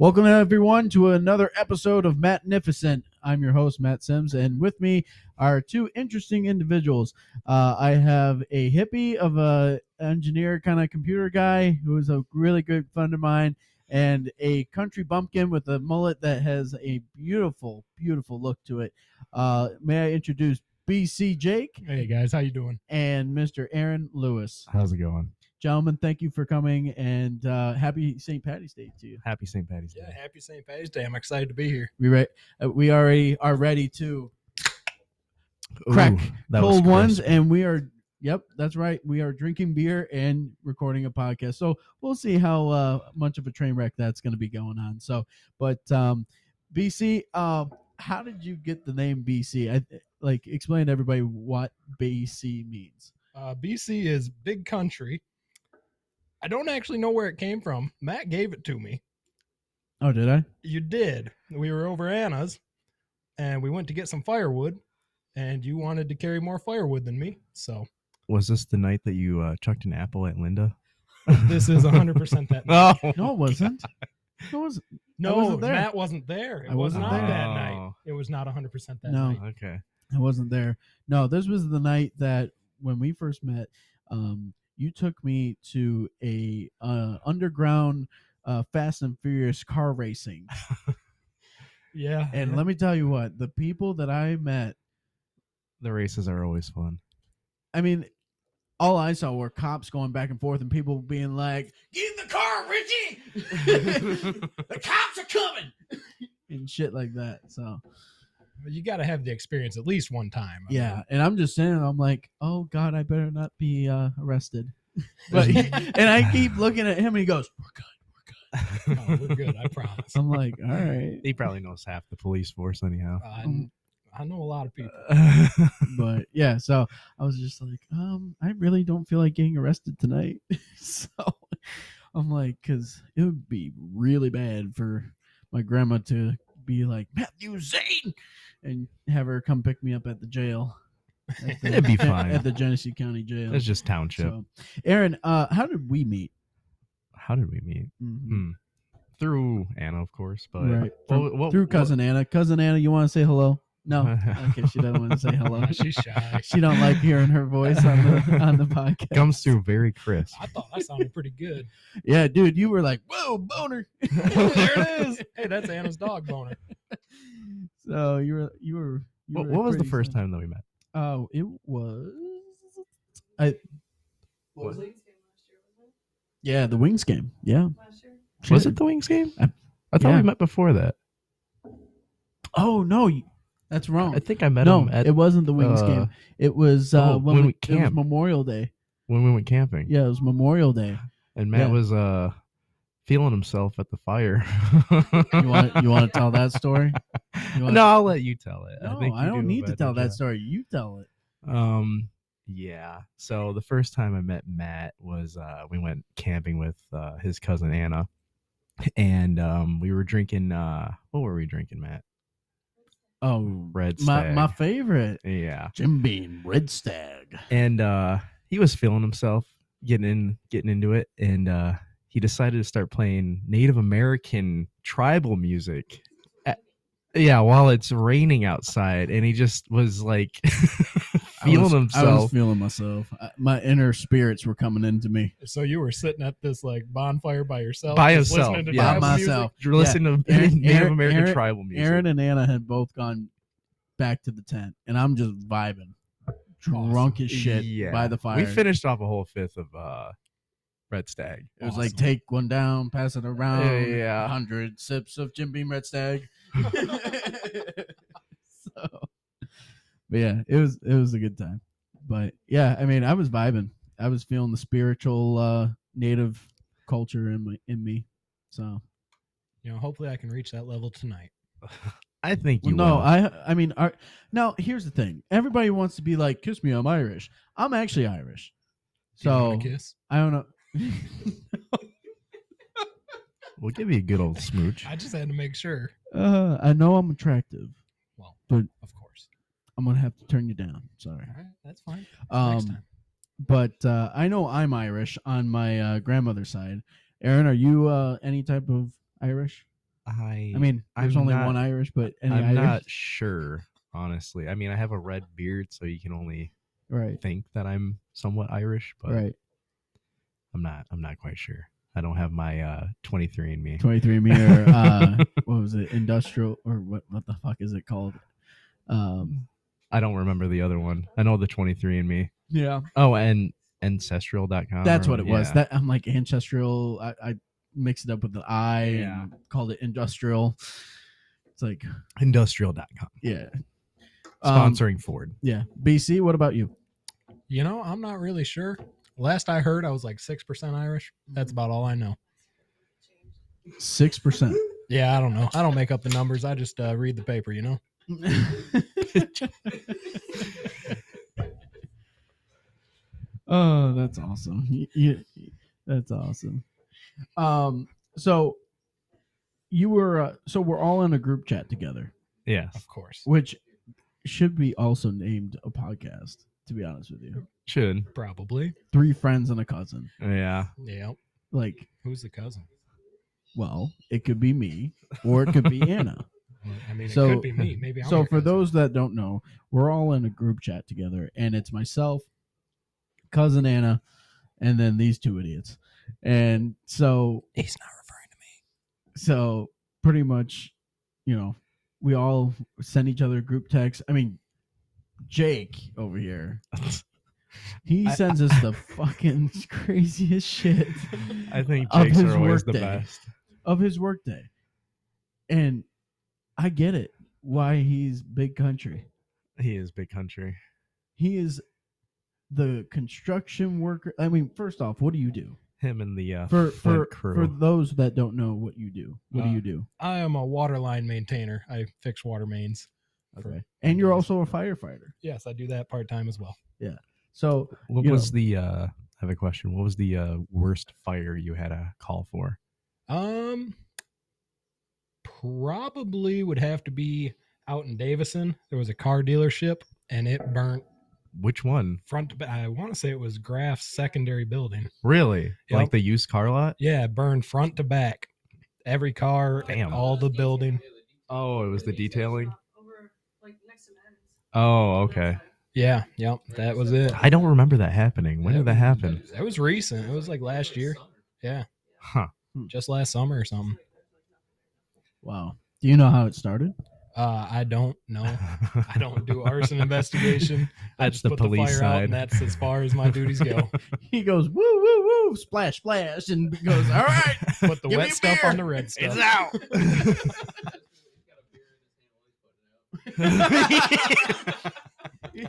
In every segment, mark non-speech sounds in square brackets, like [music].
Welcome everyone to another episode of Magnificent. I'm your host Matt Sims, and with me are two interesting individuals. Uh, I have a hippie of a engineer kind of computer guy who is a really good friend of mine, and a country bumpkin with a mullet that has a beautiful, beautiful look to it. Uh, may I introduce BC Jake Hey guys, how you doing? and Mr. Aaron Lewis? How's it going? Gentlemen, thank you for coming, and uh, happy St. Patty's Day to you. Happy St. Patty's Yeah, happy St. Patty's Day. I'm excited to be here. We re- uh, we already are ready to crack that was cold ones, crisp. and we are. Yep, that's right. We are drinking beer and recording a podcast. So we'll see how uh, much of a train wreck that's going to be going on. So, but um, BC, um, how did you get the name BC? I like explain to everybody what BC means. Uh, BC is big country. I don't actually know where it came from. Matt gave it to me. Oh, did I? You did. We were over Anna's, and we went to get some firewood, and you wanted to carry more firewood than me. [laughs] So Was this the night that you uh, chucked an apple at Linda? [laughs] this is 100% that. night. [laughs] no. No, it [laughs] wasn't. No, it wasn't. No, wasn't there. Matt wasn't there. It I was wasn't not there. that night. Oh. It was not 100% that No. night. Okay. I wasn't there. No, this was the night that when we first met, um, you took me to a uh, underground uh, Fast and Furious car racing, Yeah. and let me tell you what the people that I met. The races are [laughs] always fun. I mean, all I saw were cops going back and forth, and people being like, Get in the car, [laughs] Richie! [laughs] the cops are coming! and shit like that. So You got to have the experience at least one time. I yeah, and I'm just saying, I'm like, oh god, I better not be uh, arrested. [laughs] But and I keep looking at him, and he goes, we're good. No, we're good. I [laughs] promise. I'm like, all right, he probably knows half the police [laughs] force anyhow. I, Um, I know a lot of people. but yeah, so I was just like, um, I really don't feel like getting arrested tonight. [laughs] so I'm like, because it would be really bad for my grandma to be like Matthew Zane and have her come pick me up at the jail. At It'd be [laughs] at- fine. at the Genesee County Jail. it's just township. So, Aaron, uh, how did we meet? How did we meet? Hmm. Mhm. Through Anna, of course, but Right. Well, From- well, Through well- cousin Anna. Cousin Anna, you want to say hello? [laughs] No. Okay, she doesn't want to say hello. Ah, she's shy. She don't like hearing her voice on the [laughs] on the podcast. comes through very crisp. I thought I sounded pretty good. Yeah, dude, you were like, "Whoa, boner!" [laughs] there it is. [laughs] Hey, that's Anna's dog boner. So you were, you were. You What, were what was the pretty first sad. time that we met? Oh, it was. I. What was it? Yeah, the Wings game. Yeah. Last year? Was it the Wings game? I, I- thought yeah. we met before that. Oh no, you- that's wrong. I think I met no, him at it wasn't the Wings uh, game. It was uh, oh, when, when we, we it was camped. Memorial Day. when we went camping. Yeah, it was Memorial Day. and Matt Yeah. was uh feeling himself at the fire. [laughs] You want [laughs] you want [laughs] to tell that story? you wanna- no, I'll let you tell it. No, think I, you don't do a need to better tell that job. story. You tell it. Um, yeah. So the first time I met Matt was uh we went camping with uh his cousin Anna, and um we were drinking uh what were we drinking, Matt? Oh, Red my Stag. my favorite Yeah, Jim Beam Red Stag. and uh he was feeling himself, getting in, getting into it, and uh he decided to start playing Native American tribal music. Yeah, while it's raining outside, and he just was like [laughs] feeling I was, I was himself. feeling myself. I, my inner spirits were coming into me. So you were sitting at this like bonfire by yourself. By just yourself, listening to yeah. By tribal music? myself. You're listening to Aaron- [laughs] Native Aaron- American Aaron- tribal music. Aaron and Anna had both gone back to the tent, and I'm just vibing, drunk as shit Yeah. by the fire. We finished off a whole fifth of uh, Red Stag. it was like awesome. take one down, pass it around. yeah. hundred sips of Jim Beam Red Stag. [laughs] [laughs] so, but yeah, it was it was a good time. But yeah, I mean, I was vibing. I was feeling the spiritual uh, native culture in my in me. So You know, hopefully I can reach that level tonight. [laughs] I think Uh, Well, you no, will. I I mean, are, now here's the thing. Everybody wants to be like, "Kiss me, I'm Irish." I'm actually Irish, Do you wanna so kiss. I don't know. [laughs] we'll give you a good old smooch. I just had to make sure. uh, I know I'm attractive. Well, But- of course. I'm gonna have to turn you down. Sorry. All right, that's fine. Next Um, time. but uh, I know I'm Irish on my uh, grandmother's side. Aaron, are you uh, any type of Irish? I I mean, there's I'm only not- one Irish, but any I'm Irish, not sure, honestly. I mean, I have a red beard, so you can only right? think that I'm somewhat Irish, but Right. I'm not. I'm not quite sure. I don't have my uh 23 and me. 23andMe or [laughs] uh, what was it? Industrial or what? What the fuck is it called? Um, I don't remember the other one. I know the 23 and me. yeah, Oh, and ancestral.com. that's or- what it was. yeah. That I'm like ancestral. I, I mixed it up with the I Yeah. and called it industrial. It's like industrial.com. yeah, Um, Sponsoring Ford. yeah, BC. What about you? You know, I'm not really sure. Last I heard, I was like six percent Irish. That's about all I know. Six percent. Yeah, I don't know. I don't make up the numbers. I just uh, read the paper. You know. oh, that's awesome. You- you- that's awesome. Um, so you were uh, so we're all in a group chat together, Yes. Of course. which should be also named a podcast. To be honest with you, Should. Probably. three friends and a cousin. Yeah. [laughs] Yeah. Like, Who's the cousin? well, it could be me or it [laughs] could be Anna. Well, I mean, So- it could be me. Maybe. I'm so your for cousin. those that don't know we're all in a group chat together and it's myself cousin anna and then these two idiots and so he's not referring to me. so pretty much you know we all send each other group texts i mean jake over here he I- sends us the fucking [laughs] craziest shit I think Of Jake's his are always the workday. best. of his workday and i get it why he's big country He is big country. He is the construction worker. I mean, first off, what do you do Him and the uh, for for Flint crew. for those that don't know what you do? What do Uh, you do? I am a water line maintainer. I fix water mains. for- Okay, and you're also a firefighter. Yes, I do that part time as well. So what you was the? uh I have a question. What was the uh, worst fire you had a call for? Um, probably would have to be out in Davison. There was a car dealership, and it burnt Which one? front to back. I want to say it was Graff's secondary building. Really? Yep. Like the used car lot? Yeah, it burned front to back. Every car, Damn. all the building. Oh, it was the detailing. Over, like, next to Madden's. Oh, okay. Yeah, yep, that was it. I don't remember that happening. When did that happen? That was recent. It was like last year. Um. Yeah, Huh. just last summer or something. wow, do you know how it started? [laughs] Uh, I don't know. I don't [laughs] do [laughs] arson investigation. I That's just the put police the fire out, side. and that's as [laughs] far as my duties go. He goes woo woo woo splash splash and goes all right. [laughs] Put the Give me wet a stuff beer. on the red stuff. out. When-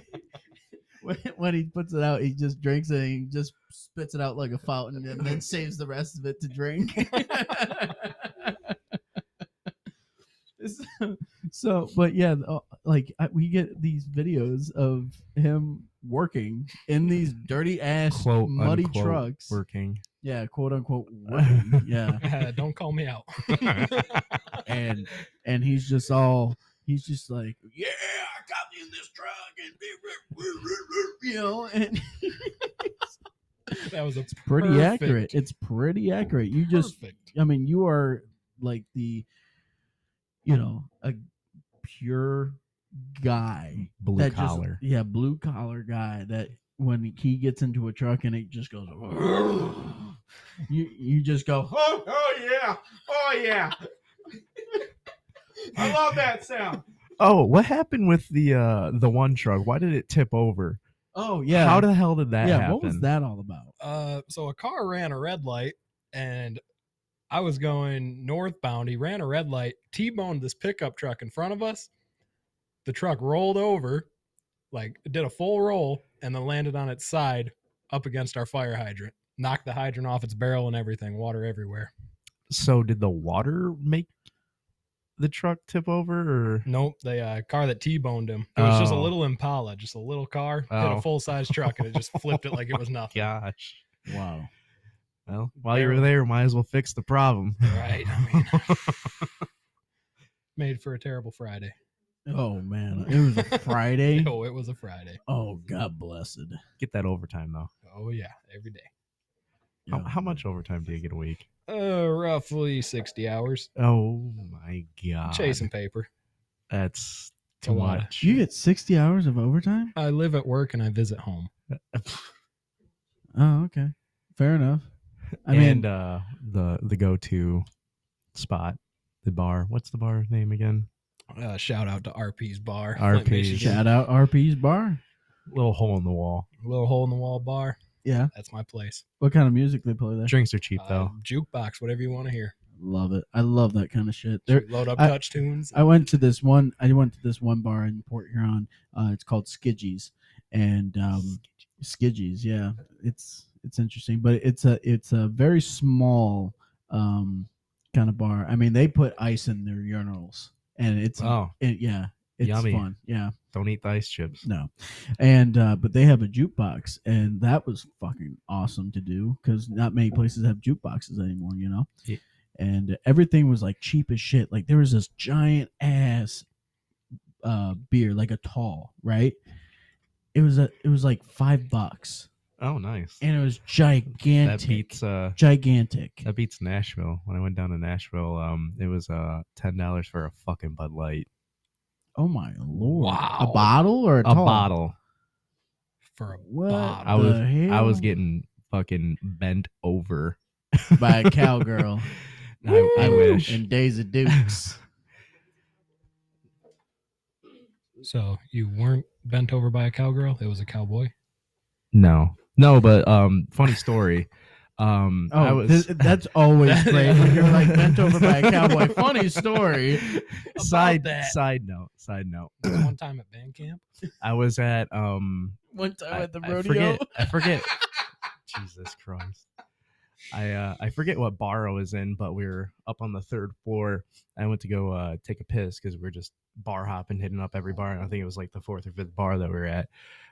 When he puts it out, he just drinks it. And he just spits it out like a fountain, and then saves the rest of it to drink. so, [laughs] so, but yeah, uh, like I, we get these videos of him working in these dirty ass Quote muddy unquote, trucks. [laughs] Working. [laughs] Yeah, quote unquote working. yeah, Uh, [laughs] don't call me out. and and he's just all he's just like yeah i got in this truck and [laughs] you know and that was a pretty perfect- accurate it's pretty accurate you just perfect. i mean you are like the you know a pure guy Blue that just- collar. yeah blue collar guy that when he gets into a truck and it just goes [laughs] you you just go [laughs] oh, oh yeah oh yeah i love that sound oh, what happened with the uh the one truck? Why did it tip over? Oh yeah. How the hell did that yeah? happen? What was that all about? Uh, so a car ran a red light, and I was going northbound. He ran a red light, t-boned this pickup truck in front of us. The truck rolled over, like did a full roll, and then landed on its side up against our fire hydrant. Knocked the hydrant off its barrel and everything. Water everywhere. So did the water make the truck tip over or Nope, the uh, car that T-boned him. It was just a Oh. little Impala, just a little car, hit Oh. a full-size truck, and it just flipped it like it [laughs] was nothing. gosh. Wow. Well, while you were there, might as well fix the problem. Right. I [laughs] mean, made for a terrible Friday. Oh man, it was [laughs] a Friday. Oh, it was a Friday. oh God blessed. Get that overtime though. Oh yeah, every day. How, how much overtime do you get a week? Uh, roughly 60 hours Oh my god, chasing paper. That's It's too a lot. much. You get sixty hours of overtime. I live at work and I visit home. Oh, okay, fair enough. I and mean, uh, the the go to spot, the bar. What's the bar name again? Uh, shout out to RP's Bar, RP's. Michigan. shout out RP's bar. Little hole in the wall. little hole in the wall bar. Yeah, That's my place. what kind of music they play there? Drinks are cheap Uh, though. jukebox, whatever you want to hear. Love it. I love that kind of shit. There, Load up I- touch tunes. I went to this one. I went to this one bar in Port Huron. Uh, it's called Skidgies, and um, Skidgies. Yeah, it's it's interesting, but it's a it's a very small um, kind of bar. I mean, they put ice in their urinals, and it's oh, it, yeah, it's Yummy. fun. Yeah, don't eat the ice chips. no, and uh, but they have a jukebox, and that was fucking awesome to do because not many places have jukeboxes anymore, you know. Yeah. And everything was like cheap as shit. Like there was this giant ass uh, beer, like a tall, right? It was a, it was like five bucks, Oh, nice. and it was that gigantic, beats uh, gigantic. that beats Nashville. When I went down to Nashville, um, it was uh ten dollars for a fucking Bud Light, oh my lord! A Wow. bottle or a, a tall? bottle. for a What bottle. I was the hell? I was getting fucking bent over by a cowgirl. [laughs] I, I Woo! wish. Oh. And Days of Dukes. So you weren't bent over by a cowgirl; it was a cowboy. [clears throat] No, no, but um, funny story. Um, Oh, I was th- [laughs] that's always That- great when you're like bent over by a cowboy. [laughs] Funny story. [laughs] about [laughs] Side that. side note, side note. There was one time at band camp. I was at um, One time I, at the I rodeo. forget. [laughs] I forget. Jesus Christ. I uh, I forget what bar I was in, but we were up on the third floor. I went to go uh, take a piss because we were just bar hopping, hitting up every bar. And I think it was like the fourth or fifth bar that we were at.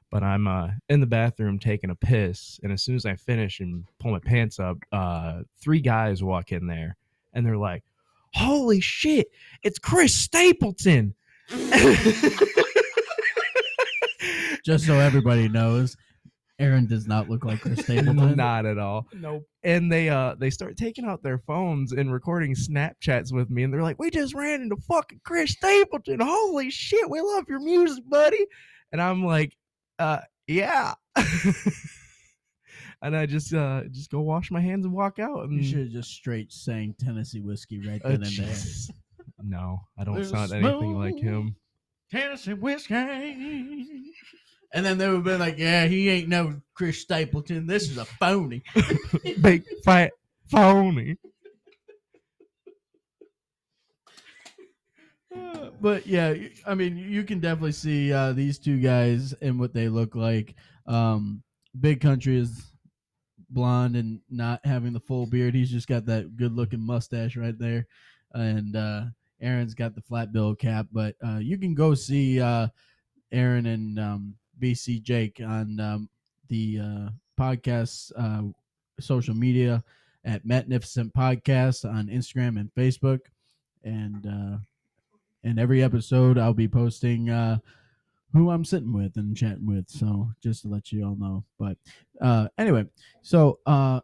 But I'm uh, in the bathroom taking a piss, and as soon as I finish and pull my pants up, uh, three guys walk in there, and they're like, "Holy shit! It's [laughs] Chris Stapleton!" [laughs] Just so everybody knows, Aaron does not look like [laughs] Chris [laughs] Stapleton. Not at all. Nope. and they uh they start taking out their phones and recording Snapchats with me, and they're like, "We just ran into fucking Chris Stapleton! Holy shit, we love your music, buddy!" And I'm like, "Uh, yeah." [laughs] and I just uh just go wash my hands and walk out. And You should have just straight sang Tennessee whiskey right Uh, then and there. Jesus. no, I don't There's a sound anything like [laughs] him. Tennessee whiskey. And then they would be like, "Yeah, he ain't no Chris Stapleton. This is a phony." Big fat phony. Uh, but yeah, y- I mean, you can definitely see uh, these two guys and what they look like. Um, Big Country is blonde and not having the full beard. He's just got that good-looking mustache right there, and uh, Aaron's got the flat bill cap. But uh, you can go see uh, Aaron and um, BC Jake on um, the uh, podcast uh, social media at Magnificent Podcast on Instagram and Facebook, and. Uh, and every episode I'll be posting uh, who I'm sitting with and chatting with. So just to let you all know. But uh, anyway, so uh,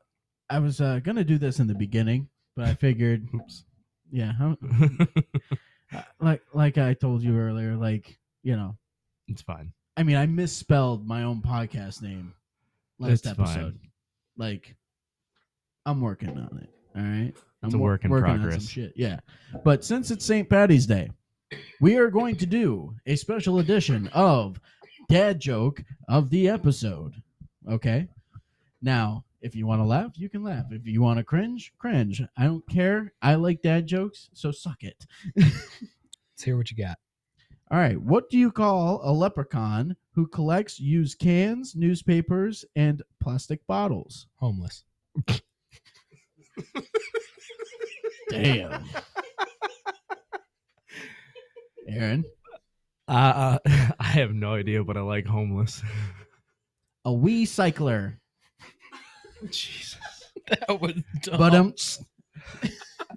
I was uh, gonna do this in the beginning, but I figured, Oops. [laughs] yeah, how, Uh, like like I told you earlier, like you know, it's fine. I mean, I misspelled my own podcast name last It's episode. fine. Like, I'm working on it. All right, It's I'm a wor- work in working on some progress. shit, yeah. But since it's St. Patty's Day, we are going to do a special edition of Dad Joke of the episode. Okay. Now, if you want to laugh, you can laugh. If you want to cringe, cringe. I don't care. I like dad jokes, so suck it. Let's hear what you got. All right. What do you call a leprechaun who collects used cans, newspapers, and plastic bottles? Homeless. Damn. [laughs] Aaron, Uh, uh, [laughs] I have no idea, but I like homeless. [laughs] a wee cycler. [laughs] Jesus. [laughs] uh, That was dumb. But um,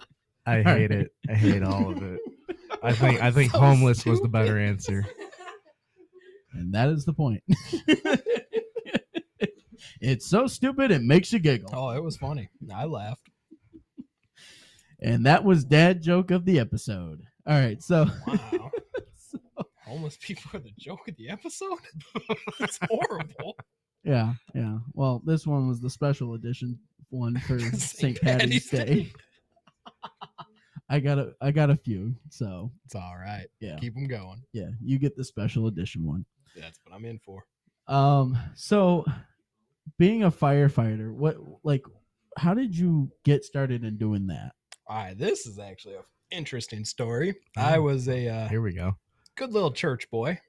[laughs] I hate it. I hate all of it. I think I think homeless was the better answer. and that is the point. [laughs] It's so stupid it makes you giggle. Oh, it was funny. I laughed. And that was dad joke of the episode. All right, so Wow. Homeless people are the joke of the episode. [laughs] That's horrible. yeah, yeah. Well, this one was the special edition one for St. St. Patty's Patty's Day. Day. I got a I got a few, so It's all right. yeah, Keep them going. yeah. You get the special edition one. That's what I'm in for. Um, so being a firefighter, what like how did you get started in doing that? All right, this is actually an interesting story. I Oh. was a uh, Here we go. good little church boy.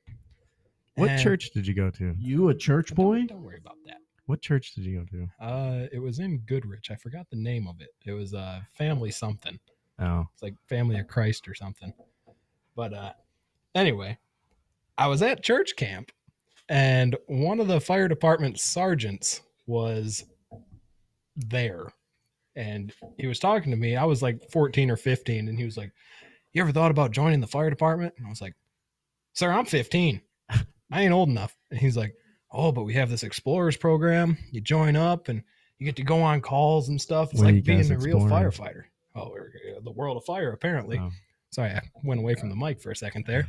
What And- church did you go to? You a church Don't- boy? Don't, worry about that. What church did you go to? Uh, it was in Goodrich. I forgot the name of it. It was uh, Family something. Oh, It's like Family of Christ or something. But uh, anyway, I was at church camp, and one of the fire department sergeants was there, and he was talking to me. I was like 14 or 15, and he was like, "You ever thought about joining the fire department?" And I was like, "Sir, I'm 15. I ain't old enough." And he's like, "Oh, but we have this explorers program. You join up, and you get to go on calls and stuff. It's What are you like being guys a real exploring? firefighter." Oh, or, uh, the world of fire, apparently. oh. Sorry, I went away from the mic for a second there.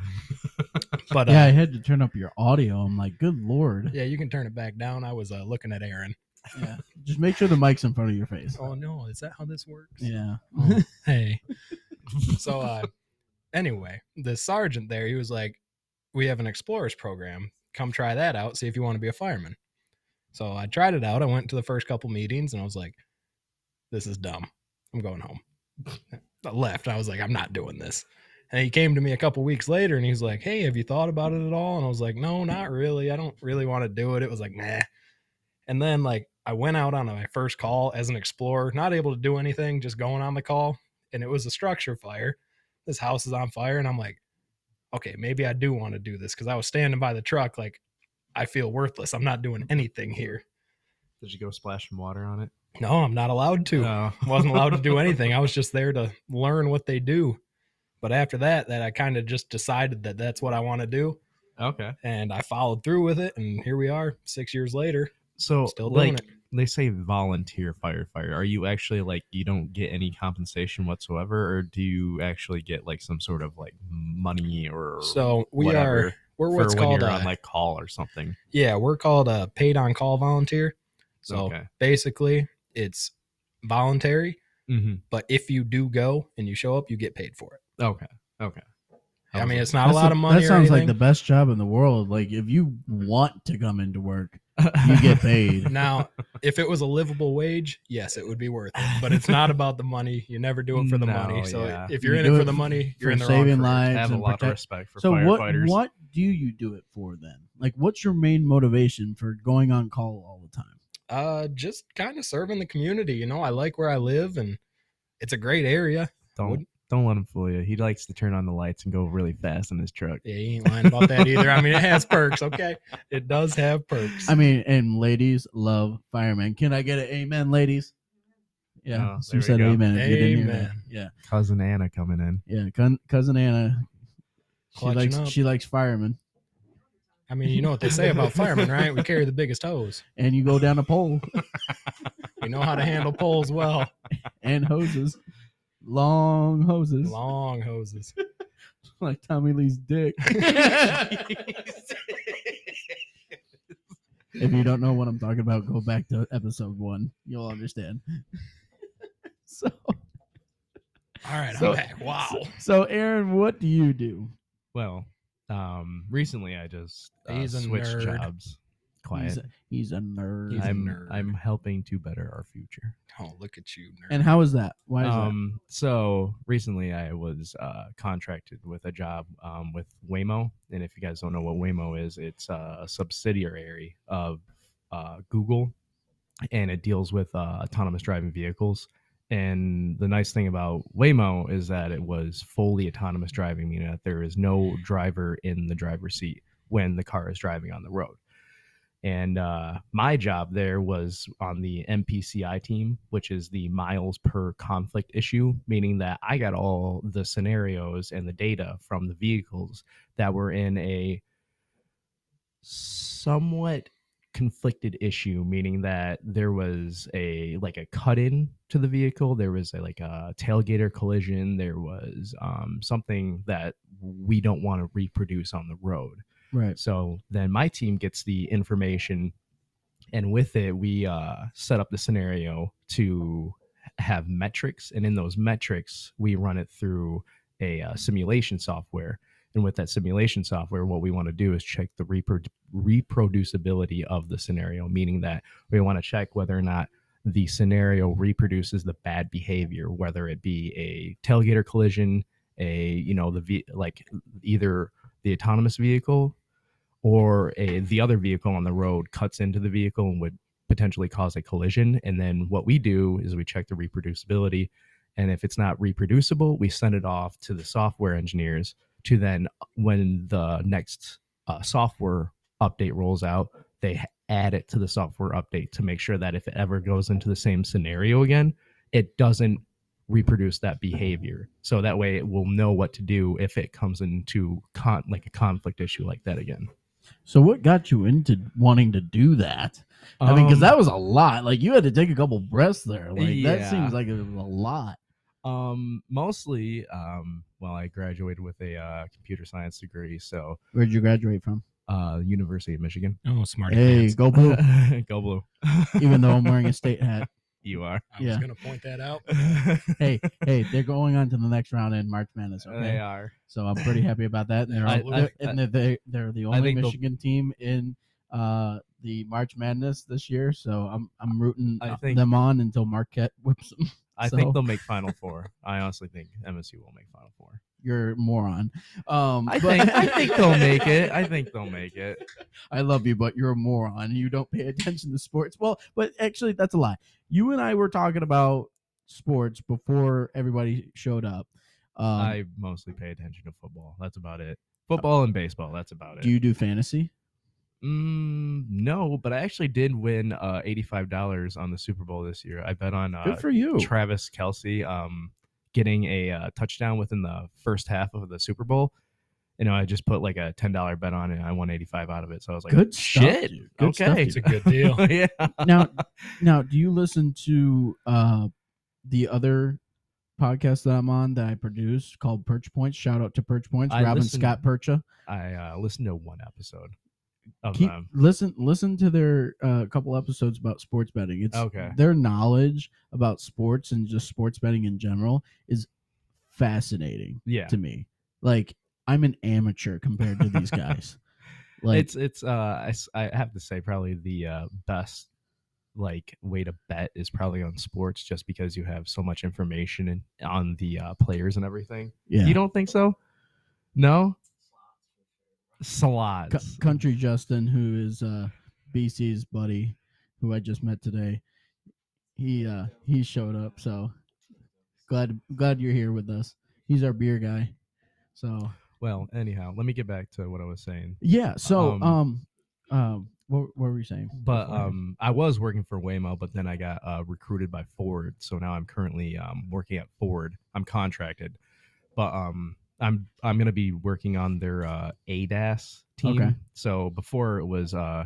But uh, yeah, yeah. I had to turn up your audio. I'm like, good lord. you can turn it back down. I was uh, looking at Aaron. Yeah. [laughs] Just make sure the mic's in front of your face. Oh no, is that how this works? Yeah. [laughs] Oh, [laughs] hey. so uh, anyway, the sergeant there, he was like, "We have an explorers program. Come try that out. See if you want to be a fireman." So I tried it out. I went to the first couple meetings, and I was like, "This is dumb. I'm going home." I left. I was like, "I'm not doing this." And he came to me a couple weeks later, and he's like, "Hey, have you thought about it at all?" And I was like, "No, not really. I don't really want to do it." It was like, "Nah." And then like I went out on my first call as an explorer, not able to do anything, just going on the call and it was a structure fire. This house is on fire, and I'm like, okay, maybe I do want to do this because I was standing by the truck, like, I feel worthless. I'm not doing anything here. [laughs] Did you go splash some water on it? Oh. No, I'm not allowed to. No. [laughs] Wasn't allowed to [laughs] do anything. I was just there to learn what they do. But after that, that I kind of just decided that that's what I want to do, okay. and I followed through with it, and here we are, six years later, So, still doing like, it. they say volunteer firefighter. Are you actually like you don't get any compensation whatsoever, or do you actually get like some sort of like money or So we whatever are we're for what's when called you're a, on like call or something? yeah we're called a paid on call volunteer. So okay. basically it's voluntary Mm-hmm. but if you do go and you show up you get paid for it Okay. Okay. i was mean like, it's not a That's lot the- of money That or sounds like the anything. best job in the world. Like if you want to come into work, you [laughs] get paid. [laughs] now if it was a livable wage yes it would be worth it but it's not about the money you never do it for the money No, so yeah. if you're You in do it for it the money you're for in the saving wrong lives lives I have a and lot of protect- respect for so what firefighters. what do you do it for then? Like what's your main motivation for going on call all the time? uh just kind of serving the community you know i like where i live and it's a great area Don't Wouldn't- don't let him fool you. He likes to turn on the lights and go really fast in his truck. yeah you ain't lying about that either i mean it has perks okay it does have perks I mean, and ladies love firemen. Can I get an amen, ladies? Yeah, Oh, some there we said go. amen. If you didn't hear that. Amen. Yeah, Cousin Anna coming in. yeah. Con- cousin Anna, she Clutching likes up. she likes firemen, i mean you know what they say about firemen right we carry the biggest hose and you go down a [laughs] pole we know how to handle poles well and hoses, long hoses, long hoses. like Tommy Lee's dick. if you don't know what I'm talking about, go back to episode one. You'll understand. [laughs] so, All right, So- I'm back. Wow. so Aaron, what do you do? Well, um, recently I just uh, He's a switched nerd. jobs. He's Quiet. a, he's a nerd. He's a I'm nerd. I'm helping to better our future. Oh, look at you, nerd. and how is that? Why is Um, so recently I was uh, contracted with a job um, with Waymo, and if you guys don't know what Waymo is, it's uh, a subsidiary of uh, Google, and it deals with uh, autonomous driving vehicles. And the nice thing about Waymo is that it was fully autonomous driving, meaning that there is no driver in the driver's seat when the car is driving on the road. And uh, my job there was on the MPCI team, which is the miles per conflict issue, meaning that I got all the scenarios and the data from the vehicles that were in a somewhat conflicted issue, meaning that there was a like a cut in to the vehicle, there was a, like a tailgater collision, there was um, something that we don't want to reproduce on the road. Right. So then my team gets the information, and with it, we uh, set up the scenario to have metrics, and in those metrics, we run it through a uh, simulation software. And with that simulation software, what we want to do is check the reprodu- reproducibility of the scenario, meaning that we want to check whether or not the scenario reproduces the bad behavior, whether it be a tailgater collision, a you know the ve- like either the autonomous vehicle or a, the other vehicle on the road cuts into the vehicle and would potentially cause a collision. And then what we do is we check the reproducibility. And if it's not reproducible, we send it off to the software engineers to then, when the next uh, software update rolls out, they h- add it to the software update to make sure that if it ever goes into the same scenario again, it doesn't reproduce that behavior. So that way it will know what to do if it comes into con- like a conflict issue like that again. So what got you into wanting to do that? I mean, because Um, that was a lot. Like you had to take a couple breaths there. Like that Yeah. seems like it was a lot. Um, mostly, um, well, I graduated with a uh, computer science degree, so Where'd you graduate from? uh, University of Michigan. Oh, smart. Hey, [laughs] go blue. [laughs] Go blue. Even though I'm wearing a state hat. [laughs] you [laughs] are. I yeah. was gonna point that out. Hey, hey, they're going on to the next round in March Madness. Okay, They are. so I'm pretty happy about that. And they're, Uh, I- all, I- they're- and they're, they they're the I only think they'll- Michigan team in uh, the March Madness this year. So I'm I'm rooting I uh, think- them on until Marquette whips [laughs] them. I So- think they'll make Final Four. I honestly think MSU will make Final [laughs] Four. You're a moron. Um, I but- think, I think [laughs] they'll make it. I think they'll make it. I love you, but you're a moron. You don't pay [laughs] attention to sports. Well, but actually, that's a lie. You and I were talking about sports before everybody showed up. Um, uh, I mostly pay attention to football. That's about it. Football and baseball. That's about it. do you do fantasy? Mm, no, but I actually did win uh, eighty-five dollars on the Super Bowl this year. I bet on uh, Good for you. Travis Kelsey um, getting a uh, touchdown within the first half of the Super Bowl. You know, I just put like a ten dollar bet on it. and I won eighty five out of it, so I was like, Good stuff, shit. dude. Good stuff, okay, dude. It's a good deal. [laughs] yeah. [laughs] now, now, do you listen to uh, the other podcast that I'm on that I produce called Perch Points? Shout out to Perch Points, I Robin listen- Scott Percha. I uh, listened to one episode of um, Keep, them. listen, listen to their uh, couple episodes about sports betting. It's Okay. their knowledge about sports and just sports betting in general is fascinating Yeah, to me. Like I'm an amateur compared to these guys. [laughs] Like it's it's uh, I, s- I have to say probably the uh, best like way to bet is probably on sports, just because you have so much information and on the uh, players and everything. yeah, You don't think so? No. Slots. Cou- country Justin, who is uh, BC's buddy, who I just met today. He uh, he showed up, so glad glad you're here with us. He's our beer guy, so. Well, anyhow, let me get back to what I was saying. Yeah. So, um, Um, um, what, what were you saying? But before? um, I was working for Waymo, but then I got uh, recruited by Ford, so now I'm currently um, working at Ford. I'm contracted, but um, I'm I'm gonna be working on their uh, ADAS team. Okay. So before it was uh,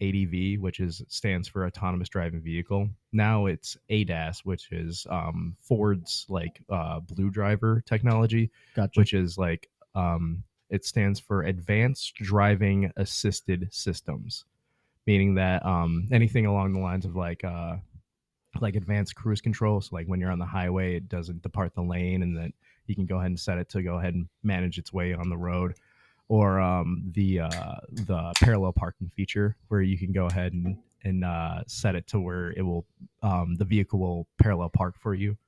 ADV, which is stands for autonomous driving vehicle. Now it's ADAS, which is um, Ford's like uh, Blue Driver technology. gotcha. which is like um, it stands for Advanced Driving Assisted Systems, meaning that um, anything along the lines of like uh, like advanced cruise control. So like when you're on the highway, it doesn't depart the lane, and then you can go ahead and set it to go ahead and manage its way on the road. Or um, the uh, the parallel parking feature, where you can go ahead and and uh, set it to where it will um, the vehicle will parallel park for you.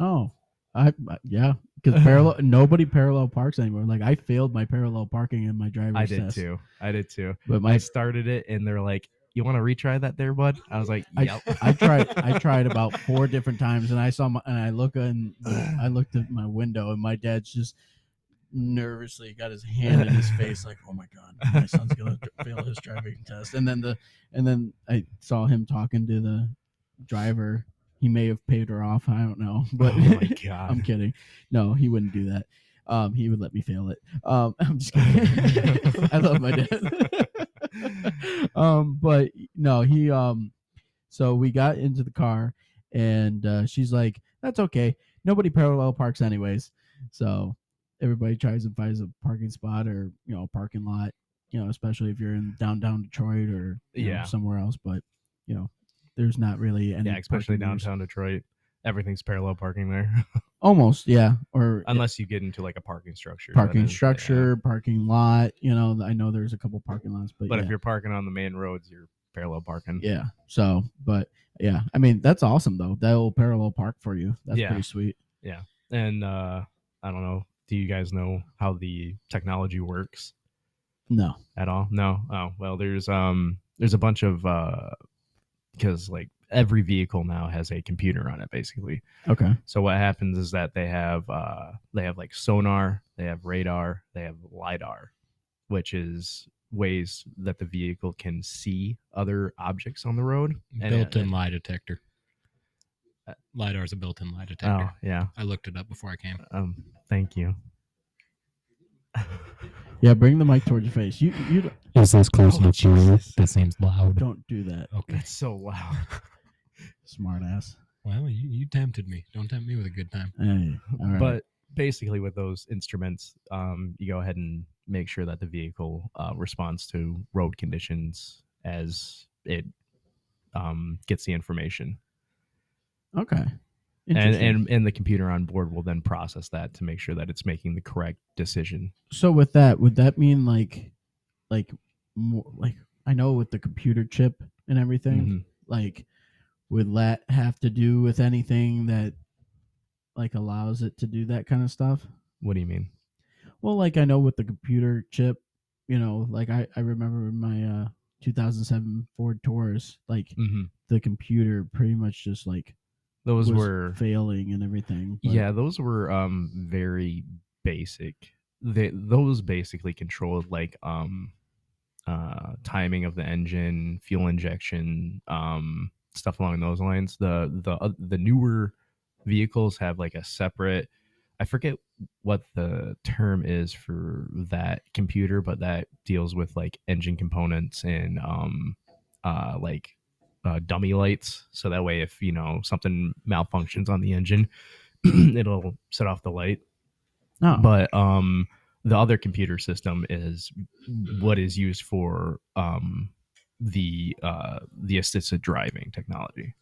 oh, I, I- yeah, [laughs] because parallel, nobody parallel parks anymore. Like I failed my parallel parking in my driver's I did test, too. I did too. But I my, started it and they're like, "You want to retry that there, bud?" I was like, I- "Yep." [laughs] I tried, I tried about four different times, and I saw my, and I look in, the- I looked at my window, and my dad's just nervously got his hand in his face, like, "Oh my god, my son's gonna dr- fail his driving test." And then the, and then I saw him talking to the driver. He may have paid her off. I don't know, but [laughs] oh my [laughs] god! [laughs] I'm kidding. No, he wouldn't do that. [laughs] Um, he would let me fail it. Um, I'm just kidding. I love my dad. [laughs] um, but no, he um, so we got into the car, and uh, she's like, "That's okay. Nobody parallel parks anyways." So everybody tries and finds a parking spot or you know a parking lot. You know, especially if you're in downtown Detroit or you know, Yeah. somewhere else. But you know, there's not really any. yeah, especially parking meters. downtown Detroit. Everything's parallel parking there, [laughs] Almost, yeah. Or unless you get into like a parking structure. then parking it's- yeah. structure, parking lot. You know, I know there's a couple parking lots, but, But yeah. if you're parking on the main roads, you're parallel parking. yeah. So, but yeah, I mean that's awesome though. That will parallel park for you. That's Yeah. pretty sweet. And uh, I don't know. Do you guys know how the technology works? No, at all no oh well there's um there's a bunch of uh because like every vehicle now has a computer on it basically okay, so what happens is that they have uh they have like sonar they have radar they have lidar which is ways that the vehicle can see other objects on the road And it- built-in lie detector. Uh, Lidar's a built-in lie oh detector. yeah I looked it up before I came. um thank you [laughs] yeah. Bring the mic towards your face. You you don't- Is this close Oh, enough to you? Jesus. That seems loud. don't do that, Okay. that's so loud smart ass. [laughs] Well, you, you tempted me. Don't tempt me with a good time. Hey, all right. but basically with those instruments um, you go ahead and make sure that the vehicle uh, responds to road conditions as it um, gets the information okay, and, Interesting. and and the computer on board will then process that to make sure that it's making the correct decision so with that, would that mean like like more, like I know with the computer chip and everything, Mhm. like would that have to do with anything that like allows it to do that kind of stuff what do you mean well like i know with the computer chip you know like i, I remember my uh 2007 ford taurus like hmm the computer pretty much just like those was were failing and everything but- yeah those were um, very basic they, those basically controlled like um, uh, timing of the engine, fuel injection, um, stuff along those lines. The the uh, the newer vehicles have like a separate. I forget what the term is for that computer, but that deals with like engine components and um, uh, like uh, dummy lights. So that way, if you know something malfunctions on the engine, [clears throat] it'll set off the light no but um the other computer system is what is used for um the uh the assisted driving technology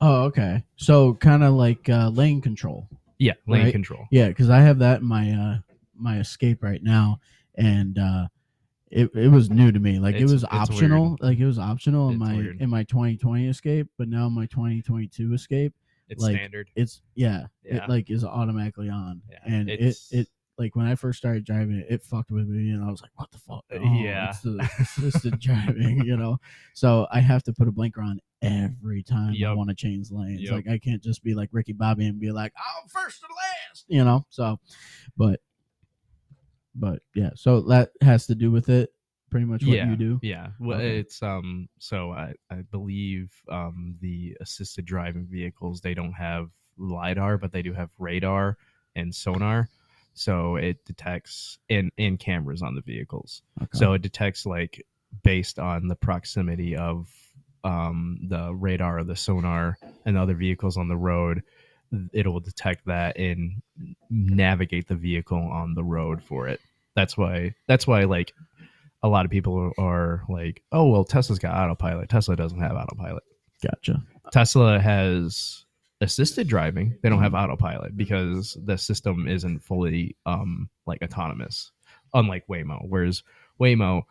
oh okay so kind of like uh lane control yeah lane Right. control Yeah, because I have that in my uh my escape right now, and uh, it it was new to me. Like it It's- was it's optional. weird. Like it was optional in It's my weird. in my 2020 escape, but now my 2022 escape, it's like, standard it's yeah, Yeah. it like is automatically on, Yeah, and it it's- it like when I first started driving it, it fucked with me, and I was like, what the fuck? Uh, Oh, yeah. it's the assisted driving, you [laughs] know. So I have to put a blinker on. Every time I Yep. want to change lanes, Yep. like I can't just be like Ricky Bobby and be like, "I'm first and last," you know. So, but but yeah so that has to do with it pretty much what yeah you do yeah well Okay. it's um so i i believe um the assisted driving vehicles they don't have lidar but they do have radar and sonar so it detects and and cameras on the vehicles Okay. So it detects like based on the proximity of um, the radar, the sonar, and other vehicles on the road. It'll detect that and navigate the vehicle on the road for it. That's why. That's why like a lot of people are like, oh well, Tesla's got autopilot. Tesla doesn't have autopilot. gotcha Tesla has assisted driving. They don't have autopilot because the system isn't fully um like autonomous, unlike Waymo. Whereas Waymo,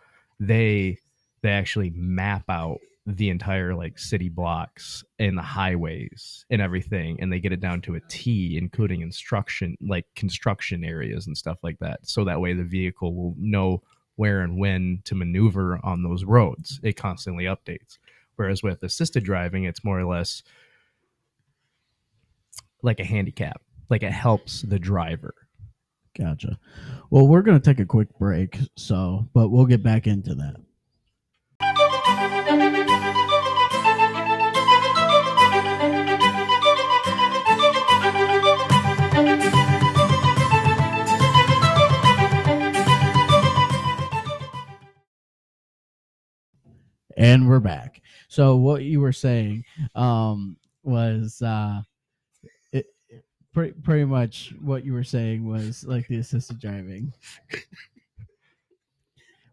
they they actually map out the entire like city blocks and the highways and everything and they get it down to a T including instruction like construction areas and stuff like that so that way the vehicle will know where and when to maneuver on those roads it constantly updates whereas with assisted driving it's more or less like a handicap like it helps the driver gotcha well we're gonna take a quick break so but we'll get back into that And we're back. So what you were saying um, was uh, it, pretty pretty much what you were saying was like the assisted driving.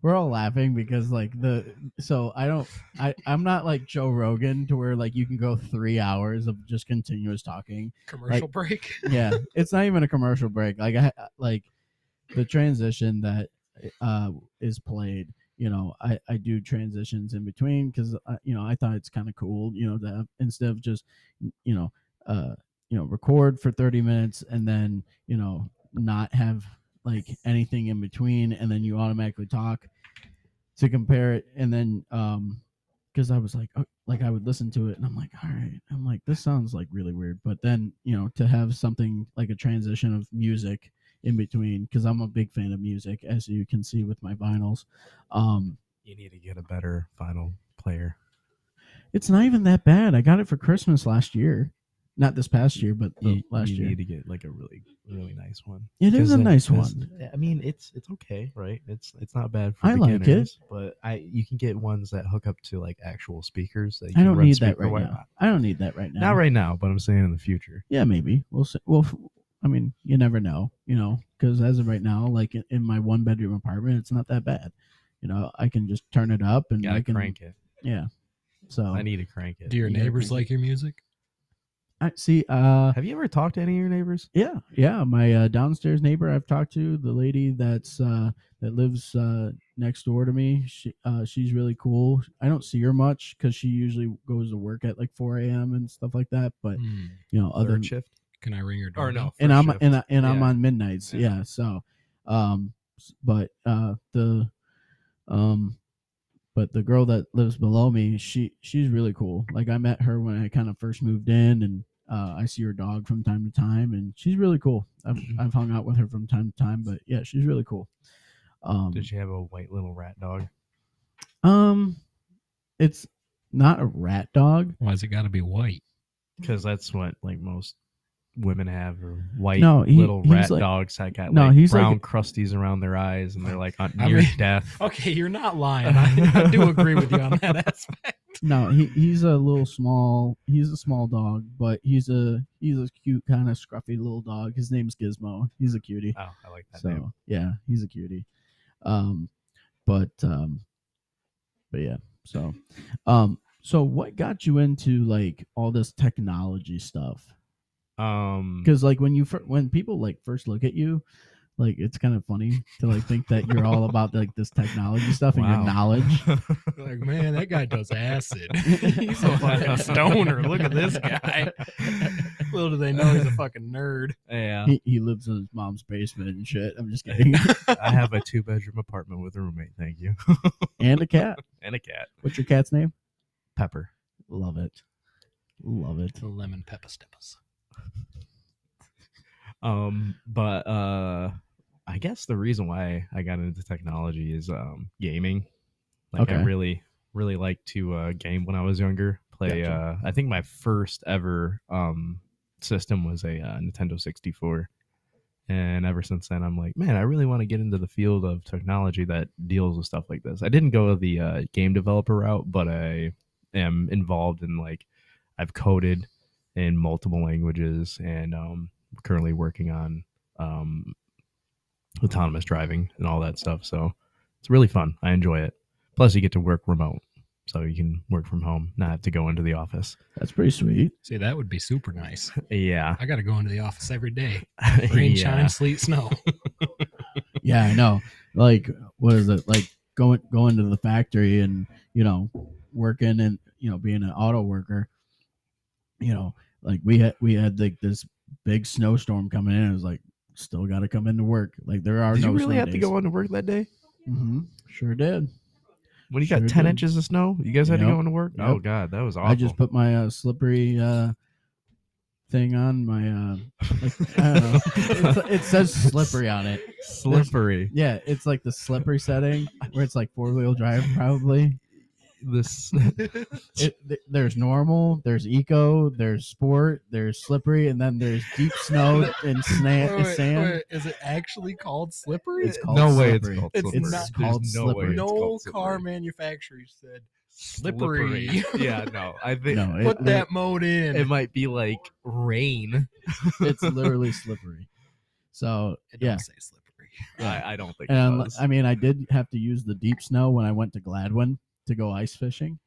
we're all laughing because like the so I don't I I'm not like Joe Rogan to where like you can go three hours of just continuous talking Commercial break. yeah it's not even a commercial break like i like the transition that uh is played you know i i do transitions in between because you know i thought it's kind of cool you know that instead of just you know uh you know record for 30 minutes and then you know not have like anything in between and then you automatically talk to compare it and then um because i was like oh, like i would listen to it and i'm like all right i'm like this sounds like really weird but then you know to have something like a transition of music in between because i'm a big fan of music as you can see with my vinyls um You need to get a better vinyl player. it's not even that bad i got it for christmas last year not this past year but the You, last Oh, you year need to get like a really really nice one. it is Because a then- nice 'cause, one I mean, it's it's okay, right? It's it's not bad for I like it. beginners, but I you can get ones that hook up to like actual speakers. That you i can don't run need that speaker right wire- now i don't need that right now Not right now, but I'm saying in the future. yeah maybe we'll see well f- i mean you never know you know because as of right now like in, in my one bedroom apartment it's not that bad you know i can just turn it up and Gotta i can crank it. yeah so I need to crank it. Do your You gotta neighbors bring- like your music? I see. Uh, Have you ever talked to any of your neighbors? yeah, yeah. My uh, downstairs neighbor I've talked to, the lady that's uh, that lives uh, next door to me. She uh, she's really cool. I don't see her much because she usually goes to work at like 4 a.m. and stuff like that. But Hmm. you know, other Mm, Third shift Can I ring your door? or no? and first I'm shift. and I, and I'm Yeah. on midnights. Yeah. Yeah. so, um, s- but uh, the um, but the girl that lives below me, she she's really cool. Like I met her when I kind of first moved in, and uh, I see her dog from time to time, and she's really cool. I've I've hung out with her from time to time, but yeah, she's really cool. Um, Did you have a white little rat dog? um, it's not a rat dog. Why's it got to be white? Because that's what like most women have or white No, he- little he's rat like- dogs that got No, like he's like brown a- crusties around their eyes and they're like [laughs] on, I near mean- death. Oh, Okay, you're not lying. I, I do agree with you on that aspect. No, he, he's a little small. He's a small dog, but he's a he's a cute kind of scruffy little dog. His name's Gizmo. He's a cutie. Oh, I like that So name. yeah, he's a cutie. Um, but um, but yeah. So, um, so what got you into like all this technology stuff? Um, Because like when you fir- when people like first look at you, like it's kind of funny to like think that you're all about like this technology stuff and your Wow. [laughs] knowledge. Like, man, that guy does acid. [laughs] he's [laughs] a [laughs] fucking stoner. Look at this guy. Little do they know he's a fucking nerd. Yeah, He, he lives in his mom's basement and shit. I'm just kidding. [laughs] I have a two bedroom apartment with a roommate. Thank you, [laughs] and a cat. and a cat. What's your cat's name? Pepper. Love it. Love it. Lemon pepper steppers. Um, but uh, I guess the reason why I got into technology is um gaming. Like I Okay. really, really liked to uh, game when I was younger. Play. Gotcha. Uh, I think my first ever um system was a uh, Nintendo sixty four. And ever since then, I'm like, man, I really want to get into the field of technology that deals with stuff like this. I didn't go the uh, game developer route, but I am involved in like, I've coded in multiple languages and um, currently working on um, autonomous driving and all that stuff. So it's really fun. I enjoy it. Plus, you get to work remote. So you can work from home, not have to go into the [laughs] office. That's pretty sweet. See, that would be super nice. Yeah. I got to go into the office every day. Rain, [laughs] Yeah. shine, sleet, snow. Yeah, I know. Like, what is it? Like going going to the factory and you know working and you know being an auto worker. You know, like we had we had like this big snowstorm coming in. It was like still got to come into work. Like there are Did no. you really have to go into work that day? hmm Sure did. When you Sure got 10 did. inches of snow, you guys had to Yep. go into work? Yep. Oh, God, that was awful. I just put my uh, slippery uh, thing on my. Uh, [laughs] like, I don't know. It's- it says slippery on it. Slippery. Yeah, it's like the slippery setting where it's like four wheel drive probably. This [laughs] It, th- there's normal, there's eco, there's sport, there's slippery, and then there's deep snow and sna- Wait, wait, sand. wait, Is it actually called slippery? It's called no way slippery. it's called It's slippery. not- There's called no way slippery. it's no called car slippery. manufacturer said Slippery. [laughs] yeah, no, I think No, it- Put that mode in. it might be like rain. it's literally slippery. So It don't yeah, say slippery. I, I don't think. and it unle- was. Um, I mean, I did have to use the deep snow when I went to Gladwin to go ice fishing,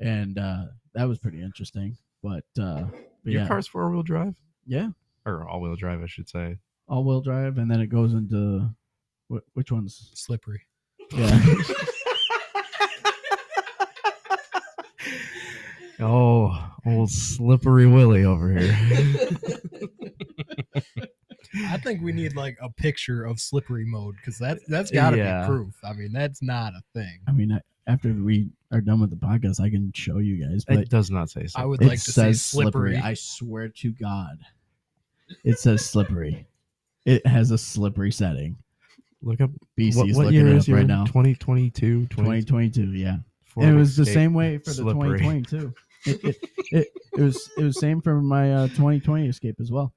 and uh, that was pretty interesting. But, uh, but Your yeah, car's four wheel drive yeah, or all wheel drive, I should say. all wheel drive, and then it goes into wh- which ones? Slippery. Yeah, Oh, old slippery Willie [laughs] over here. I think we need like a picture of slippery mode because that's that's got to Yeah. be proof. I mean, that's not a thing. I mean, I, after we are done with the podcast, I can show you guys. But it does not say so. I would it like to say says slippery. slippery. I swear to God, it says slippery. It has a slippery setting. Look up BC's what, what looking year it is up your right now. 2022 2022, yeah. 20, it was the same way for the 2020 too. It, it, it, it was it was same for my uh, 2020 escape as well.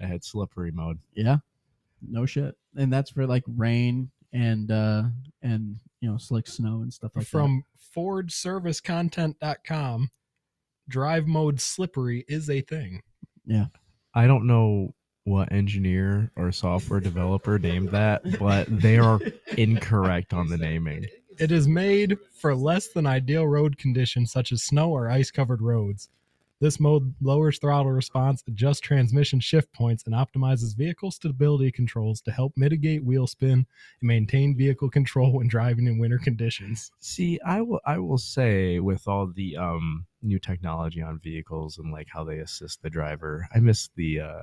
I had slippery mode. Yeah, no shit, and that's for like rain and uh and you know slick snow and stuff like From FordServiceContent.com, drive mode slippery is a thing. I don't know what engineer or software developer named that, but [laughs] they are incorrect on the naming. It is made for less than ideal road conditions such as snow or ice covered roads. This mode lowers throttle response, adjusts transmission shift points, and optimizes vehicle stability controls to help mitigate wheel spin and maintain vehicle control when driving in winter conditions. See, I will I will say with all the um new technology on vehicles and like how they assist the driver, I miss the uh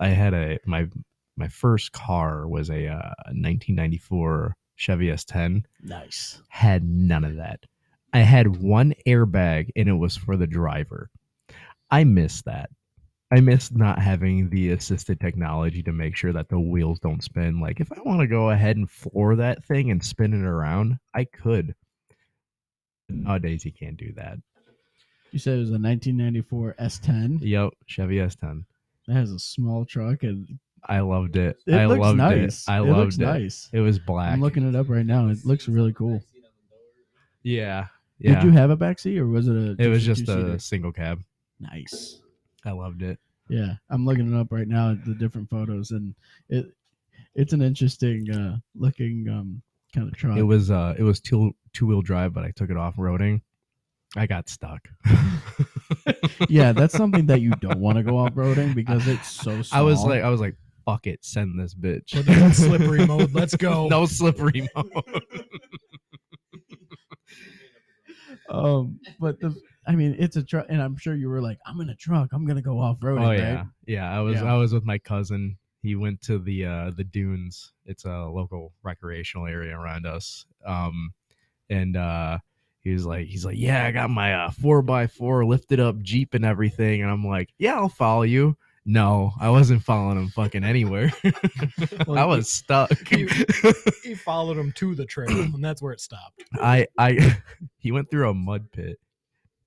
I had a my my first car was a uh, 1994 Chevy S10 that. Nice. had none of that. I had one airbag and it was for the driver. I miss that. I miss not having the assisted technology to make sure that the wheels don't spin. Like if I want to go ahead and floor that thing and spin it around, I could. Nowadays you can't do that. You said it was a 1994 S10. Yep, Chevy S10. That has a small truck and I loved it. it I looks loved nice. it. I it loved looks it. nice. It was black. I'm looking it up right now. It looks really cool. yeah. Yeah. Did you have a backseat or was it a? it was just two-seater? a single cab. nice. I loved it. Yeah, I'm looking it up right now at the different photos, and it it's an interesting uh, looking um, kind of truck. It was uh it was two two wheel drive, but I took it off roading. I got stuck. [laughs] yeah, that's something that you don't want to go off roading because it's so small. [laughs] I was like uh, I was like, fuck it, send this bitch. Put that on [laughs] slippery mode. Let's go. No slippery mode. um, but the I mean, it's a truck, and I'm sure you were like, I'm in a truck, I'm gonna go off roading. oh yeah. right? Yeah. I was Yeah. I was with my cousin. He went to the uh the dunes. It's a local recreational area around us. Um and uh he was like, he's like, yeah, I got my uh, four by four lifted up Jeep and everything, and I'm like, yeah, I'll follow you. No, I wasn't following him fucking anywhere. [laughs] I Well, was stuck. [laughs] you- He followed him to the trail, and that's where it stopped. I I [laughs] he went through a mud pit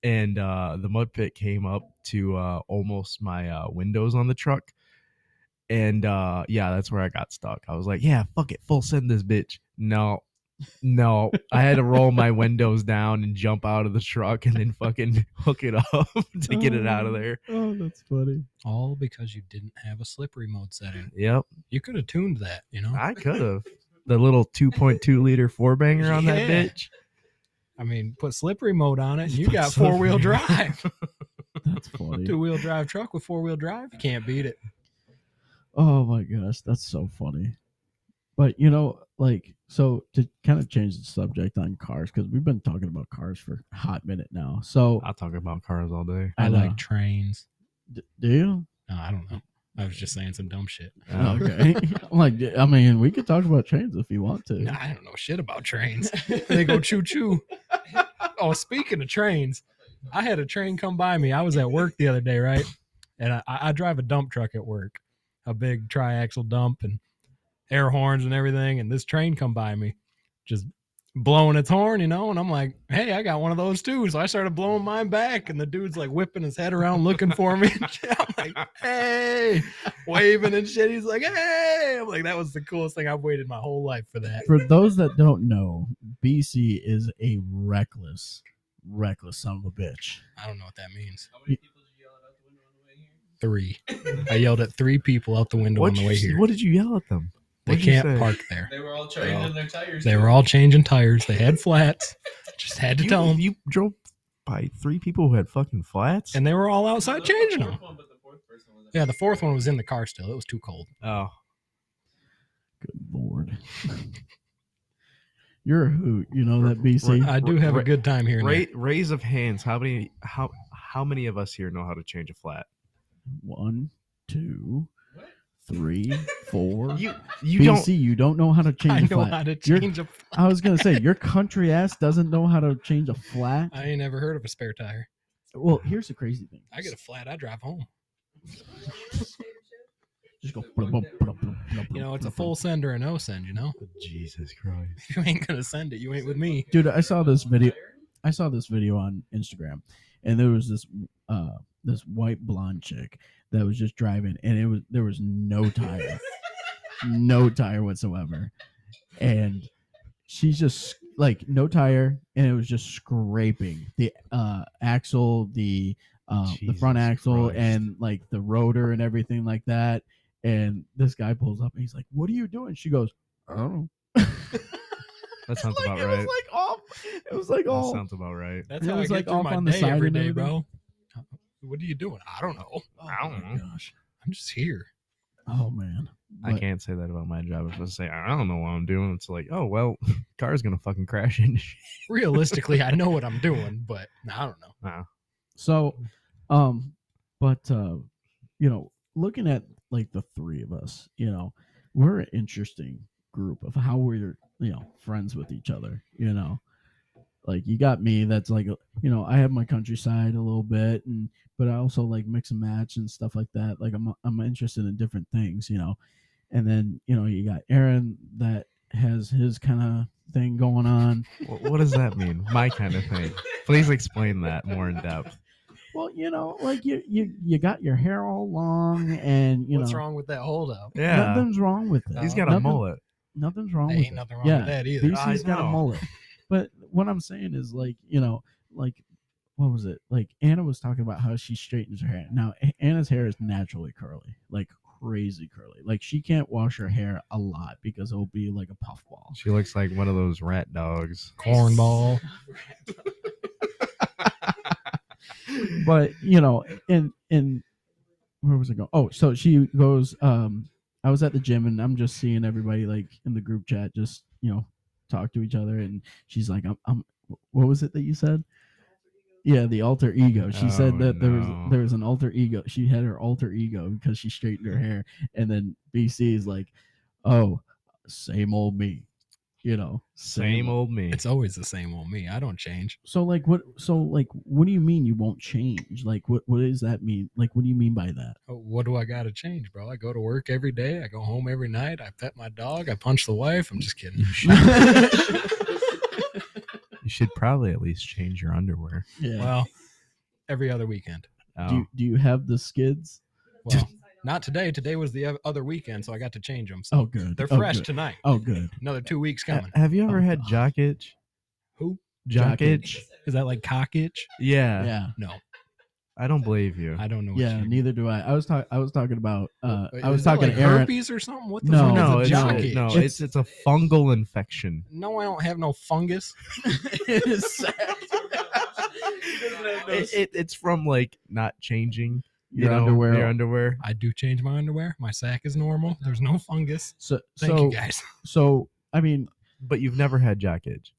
and uh the mud pit came up to uh almost my uh windows on the truck. And uh yeah, that's where I got stuck. I was like, yeah, fuck it, full send this bitch. No. No, I had to roll my windows down and jump out of the truck and then fucking [laughs] hook it up to get it out of Oh. there. Oh, that's funny. All because you didn't have a slippery mode setting. Yep, You could have tuned that, you know? I could have. The little 2.2 liter four banger on Yeah. that bitch. I mean, put slippery mode on it, [laughs] and you Put got four wheel slippery- drive. [laughs] That's [laughs] funny. Two wheel drive truck with four wheel drive. You can't beat it. Oh my gosh, that's so funny. But you know, like, so to kind of change the subject on cars because we've been talking about cars for a hot minute now. So I'll talk about cars all day. I know. trains. D- do you? No, I don't know. I was just saying some dumb shit. Uh, okay. [laughs] I'm like, I mean, we could talk about trains if you want to. [laughs] No, I don't know shit about trains. they go choo choo. Oh, speaking of trains, I had a train come by me. I was at work the other day, right? And I, I drive a dump truck at work, a big triaxle dump and air horns and everything. And this train come by me, just blowing its horn, you know, and I'm like, hey, I got one of those too. So I started blowing mine back, and the dude's like whipping his head around looking for me. [laughs] I'm like, hey, waving and shit. He's like, hey. I'm like, that was the coolest thing. I've waited my whole life for that. For those that don't know, BC is a reckless, reckless son of a bitch. I don't know what that means. How many people did you yell at out the window on the way here? Three. I yelled at three people out the window What'd on the you way s- here. What did you yell at them? they What'd you can't say? park there. They were all changing all- their tires. They were all changing tires. They had flats. Just had to You, tell them. you drove by three people who had fucking flats. And they were all outside Not the changing fourth them. one, but the fourth person was- Yeah, the fourth one was in the car still. It was too cold. oh, Good lord. You're a hoot, you know that BC. I do have a Right- good time here. Ra- raise of hands. How many? How how many of us here know how to change a flat? One, two, What? three, four. You you BC, don't. you don't know how to I change a know flat. how to You're- change a flat. I was gonna say your country ass doesn't know how to change a flat. I ain't never heard of a spare tire. Well, here's the crazy thing. I get a flat, I drive home. just go. You know, it's a full send or a no send, you know? [laughs] Jesus Christ! If you ain't going to send it, you ain't with me. Dude, I saw this video. I saw this video on Instagram, and there was this uh this white blonde chick that was just driving, and it was there was no [laughs] tire, no tire whatsoever, and she's just like no tire, and it was just scraping the uh axle, the uh, the front Jesus axle, Christ. and like the rotor and everything like that. And this guy pulls up, and he's like, "What are you doing?" She goes, "I don't know." That [laughs] sounds like, about it right. was like off. It was like That all. sounds about right. That's It how I was, get like, through off my on the day side every and day, bro. What are you doing? I don't know. I don't my know. Gosh. I'm just here. Oh man. I But- can't say that about my job. If I say I don't know what I'm doing, it's like, oh well, [laughs] car's gonna fucking crash into. [laughs] shit." Realistically, I know what I'm doing, but I don't know. So, um, but uh, you know, looking at like the three of us, you know, we're an interesting group of how we're you know friends with each other. You know, like you got me. That's like you know, I have my countryside a little bit, and but I also like mix and match and stuff like that. Like I'm I'm interested in different things. You know, and then you know you got Aaron that has his kind of thing going on. Wha- what does that mean? My kind of thing. Please explain that more in depth. Well, you know, like you you you got your hair all long, and you What's know wrong with that holdout? Yeah, nothing's wrong with it. he's got a Nothing- mullet. Nothing's wrong with Ain't it. nothing wrong yeah, with that either. [laughs] I BC's got a know. mullet. But what I'm saying is, like you know, like what was it? Like Anna was talking about how she straightens her hair. Now A- Anna's hair is naturally curly, like crazy curly. Like she can't wash her hair a lot because it'll be like a puffball. She looks like one of those rat dogs. Cornball. but you know, and and where was I going? Oh, so she goes. Um, I was at the gym and I'm just seeing everybody like in the group chat, just you know, talk to each other. And she's like, "I'm, I'm what was it that you said? Yeah, the alter ego. She Oh, said that there no. was there was an alter ego. She had her alter ego because she straightened her hair. And then BC is like, "Oh, same old me," you know, Same old me. It's always the same old me. I don't change. so like what so like what do you mean you won't change like what what does that mean like what do you mean by that Uh, What do I got to change, bro? I go to work every day. I go home every night. I pet my dog. I punch the wife. I'm just [laughs] kidding. You should probably at least change your underwear. yeah Well, every other weekend. Oh. do, you, do you have the skids Well, not today. Today was the o- other weekend, so I got to change them. So oh good they're Oh, fresh good. tonight. oh good Another two weeks Ha- coming. have you ever Oh, had God. jock itch? Who? Jock, Jock itch? itch. Is that like cock itch? Yeah, yeah No, I don't believe you. I don't know. What yeah you- neither do i i was talking i was talking about uh Wait, i was is it talking like to aaron herpes or something. What the No, fuck is no, a it's, jock not- itch? no, it's it's a fungal infection. No, I don't have no [laughs] fungus. It is sad. [laughs] It, it- it's from like not changing you your know, underwear Your underwear. I do change my underwear. My sack is normal. There's no fungus. so Thank so you guys. [laughs] so i mean But you've never had jock itch.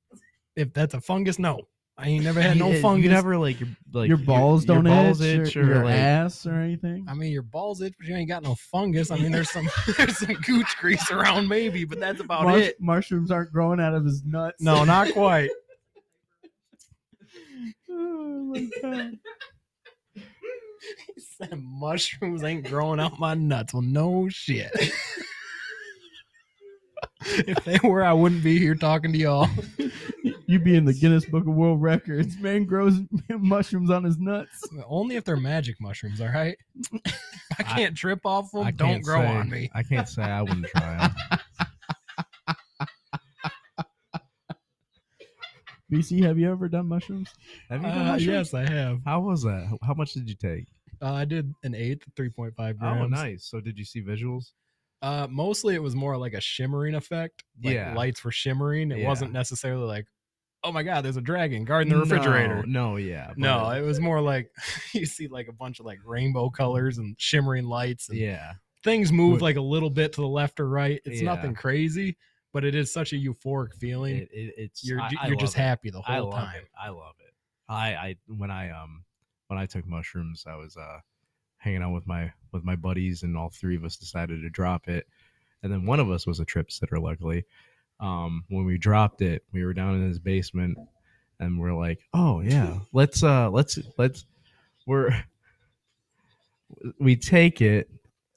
If that's a fungus, no. I ain't [laughs] never had no You- you fungus. never like your like your balls don't your balls itch, itch your, or your like- ass or anything I mean, your balls itch, but you ain't got no fungus. I mean, there's some [laughs] there's some gooch grease around maybe, but that's about Mush- it. [laughs] mushrooms aren't growing out of his nuts No, not [laughs] quite. [laughs] oh my god He said mushrooms ain't growing out my nuts. Well, no [laughs] shit. if they were, I wouldn't be here talking to y'all. [laughs] You be in the Guinness Book of World Records. Man grows [laughs] mushrooms on his nuts. Only if they're magic mushrooms, all [laughs] right? I can't trip off them. I Don't can't grow say- on me. I can't say I wouldn't try 'em. BC, have you ever done mushrooms? Have you done Uh, mushrooms? yes, I have. How was that? How- How much did you take? Uh, I did an eighth, 3.5 grams. Oh, nice. So did you see visuals? Uh, mostly it was more like a shimmering effect. Like Yeah. lights were shimmering. It Yeah. wasn't necessarily like, oh my God, there's a dragon guarding the refrigerator. No, no, yeah. but- No, it was more like [laughs] you see like a bunch of like rainbow colors and shimmering lights and yeah. things move Would- like a little bit to the left or right. It's Yeah. nothing crazy, but it is such a euphoric feeling. It, it, it's you're I- ju- I you're just love it. happy the I whole love time. it. I love it. I I when I um when I took mushrooms, I was uh hanging out with my with my buddies, and all three of us decided to drop it. And then one of us was a trip sitter, luckily. Um, when we dropped it, we were down in his basement, and we're like, "Oh yeah, let's uh let's let's we're [laughs] we take it."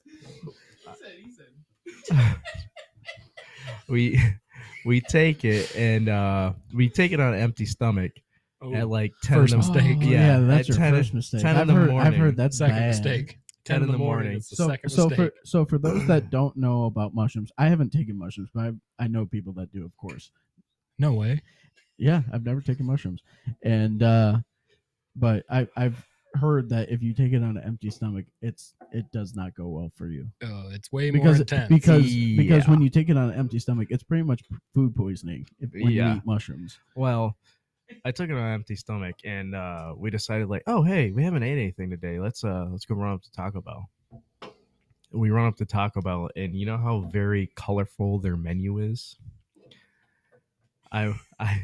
He said, he said. we [laughs] we take it and uh we take it on an empty stomach Oh, at like 10 First in the, mistake. Oh, yeah, that's at your 10 first mistake. 10 in I've the heard, I've morning. heard that's second bad. mistake. 10, in the morning. It's the So- second so for mistake. so for those that [clears throat] don't know about mushrooms, I haven't taken mushrooms, but I, I know people that do, of course. no way. Yeah, I've never taken mushrooms, and uh but I I've heard that if you take it on an empty stomach, it's it does not go well for you Oh, it's way more because intense. because because Yeah. when you take it on an empty stomach, it's pretty much food poisoning if, when you Yeah. eat mushrooms. well i took it on an empty stomach and uh we decided like oh hey we haven't ate anything today let's uh let's go run up to taco bell we run up to taco bell and you know how very colorful their menu is i i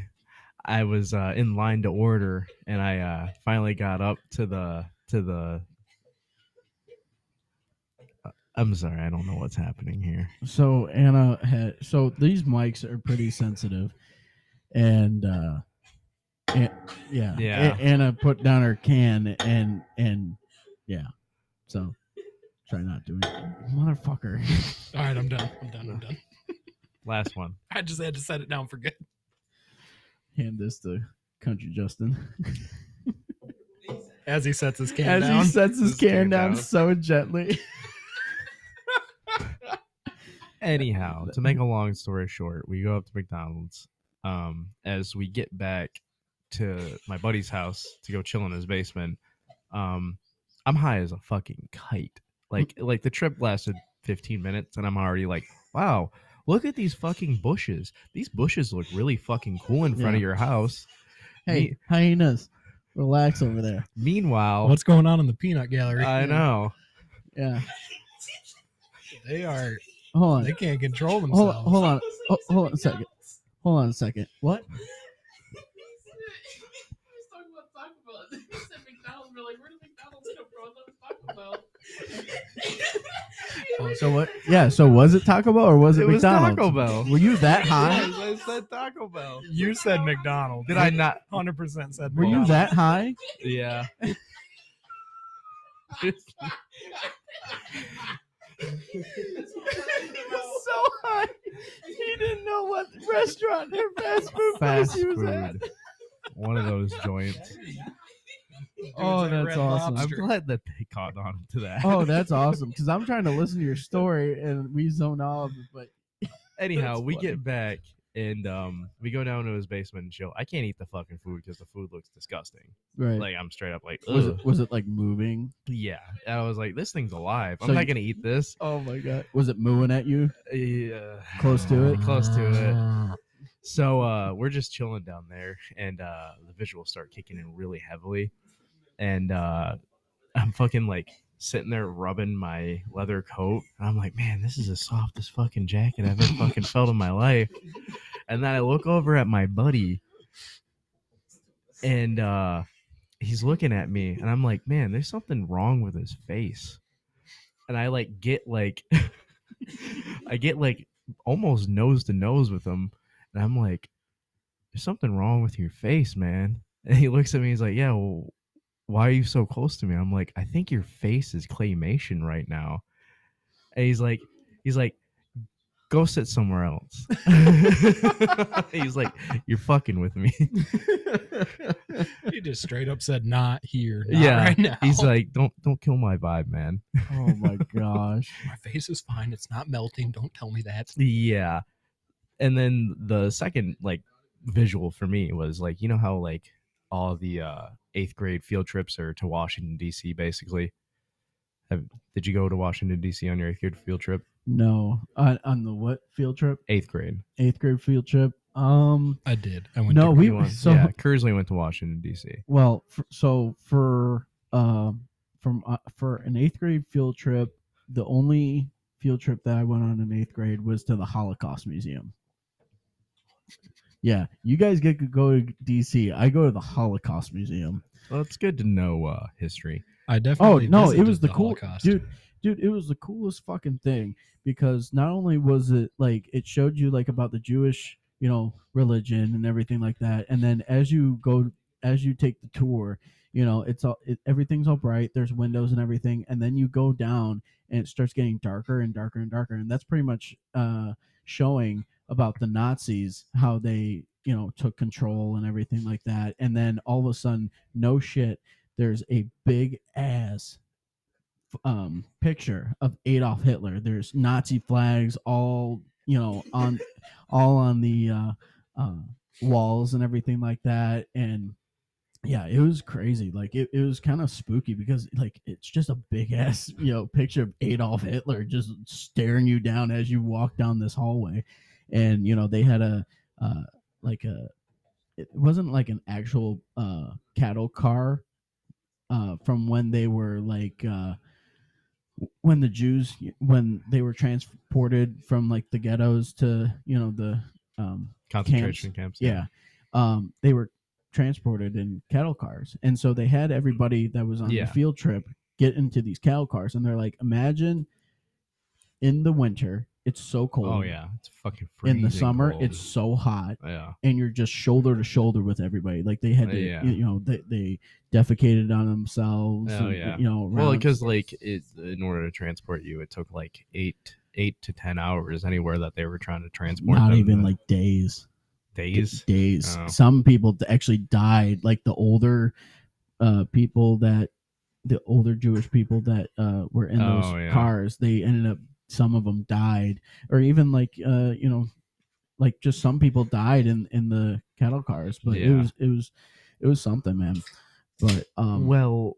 i was uh in line to order and i uh finally got up to the to the uh, i'm sorry i don't know what's happening here So Anna had so these mics are pretty sensitive, and uh, and, yeah, Yeah. A- Anna put down her can and and yeah, so try not doing it, motherfucker. All right, I'm done. I'm done. I'm done. last one I just had to set it down for good. Hand this to Country Justin As he sets his can as down. he sets his Just can can down down. so gently. [laughs] Anyhow, [laughs] to make a long story short, we go up to McDonald's. Um, as we get back to my buddy's house to go chill in his basement, um, I'm high as a fucking kite. Like, like the trip lasted 15 minutes, and I'm already like, wow, look at these fucking bushes. These bushes look really fucking cool in front of Yeah. your house. Hey, hyenas, relax over there. Meanwhile, What's going on in the peanut gallery? I know. Yeah, They are. hold They on, can't control hold on, themselves. hold on, oh, hold on a second. Hold on a second. What? [laughs] Oh, So what? Yeah. So [laughs] was it Taco Bell or was it, It was McDonald's? Taco Bell. Were you [laughs] that high? Yes, I said Taco Bell. You said McDonald's. Did I not? Hundred percent said. Were you McDonald's. that high? [laughs] Yeah. high. He didn't know what restaurant or fast food [laughs] Fast food. One of those joints. Dude, Oh, it's at that's Red awesome. I'm Lobster. glad that they caught on to that. Oh, that's awesome. Because I'm trying to listen to your story and we zone off. But [laughs] Anyhow, That's we funny. get back and um, we go down to his basement and chill. I can't eat the fucking food because the food looks disgusting. right. Like I'm straight up like, was "Ugh." it was it like moving? yeah. And I was like, this thing's alive. I'm So not you- gonna eat this. Oh my god. Was it mooing at [laughs] you? Yeah. Close to it. Ah. Close to it. So uh, we're just chilling down there, and uh, the visuals start kicking in really heavily, and uh, I'm fucking like sitting there rubbing my leather coat, and I'm like, man, this is the softest fucking jacket I've ever fucking felt in my life. And then I look over at my buddy, and uh, he's looking at me, and I'm like, man, there's something wrong with his face, and I like get like, [laughs] I get like almost nose to nose with him. And I'm like, there's something wrong with your face, man. [laughs] And he looks at me, he's like, yeah, well, why are you so close to me? I'm like, I think your face is claymation right now. And he's like, he's like, go sit somewhere else. [laughs] He's like, you're fucking with me. He just straight up said, "Not here, not Yeah, right now." He's like, don't don't kill my vibe, man. oh my gosh. [laughs] "My face is fine; it's not melting. Don't tell me that." Yeah. And then the second like visual for me was like, you know how like all the uh eighth grade field trips are to Washington DC basically. Have, did you go to Washington DC on your eighth grade field trip? No. On, on the what field trip? Eighth grade. Eighth grade field trip. Um. I did. I went. No, to- we- [laughs] went. so- yeah, Kersley went to Washington DC. Well, f so for um from uh, for an eighth grade field trip, the only field trip that I went on in eighth grade was to the Holocaust Museum. Yeah, you guys get to go to DC. I go to the Holocaust Museum. Well, it's good to know uh history. I definitely. Oh, no, it visited was the cool- Holocaust. dude, dude it was the coolest fucking thing because not only was it like it showed you like about the jewish you know religion and everything like that and then as you go as you take the tour you know it's all it, everything's all bright there's windows and everything and then you go down and it starts getting darker and darker and darker and that's pretty much uh showing about the nazis how they you know took control and everything like that and then all of a sudden no shit there's a big ass um picture of Adolf Hitler. There's Nazi flags all you know on all on the uh, uh, walls and everything like that. And yeah, it was crazy. Like it, it was kind of spooky because like it's just a big ass you know picture of Adolf Hitler just staring you down as you walk down this hallway. And you know they had a uh, like a it wasn't like an actual uh, cattle car. Uh, from when they were like uh, when the Jews when they were transported from like the ghettos to you know the um, Concentration camps. yeah um, they were transported in cattle cars and so they had everybody that was on Yeah. the field trip get into these cattle cars and they're like imagine in the winter it's so cold Oh yeah. It's fucking in the freezing summer cold. it's so hot yeah. and you're just shoulder to shoulder with everybody like they had to Yeah. you know they, they defecated on themselves Oh, and, yeah. you know Well, around- because like it, in order to transport you, it took like eight eight to ten hours anywhere that they were trying to transport. not them, even the like days d- days. days. Oh. Some people d- actually died, like the older uh, people that the older Jewish people that uh, were in those Oh, yeah. cars. They ended up some of them died, or even like uh, you know, like just some people died in in the cattle cars. But it Yeah. was it was it was something, man. But um, well,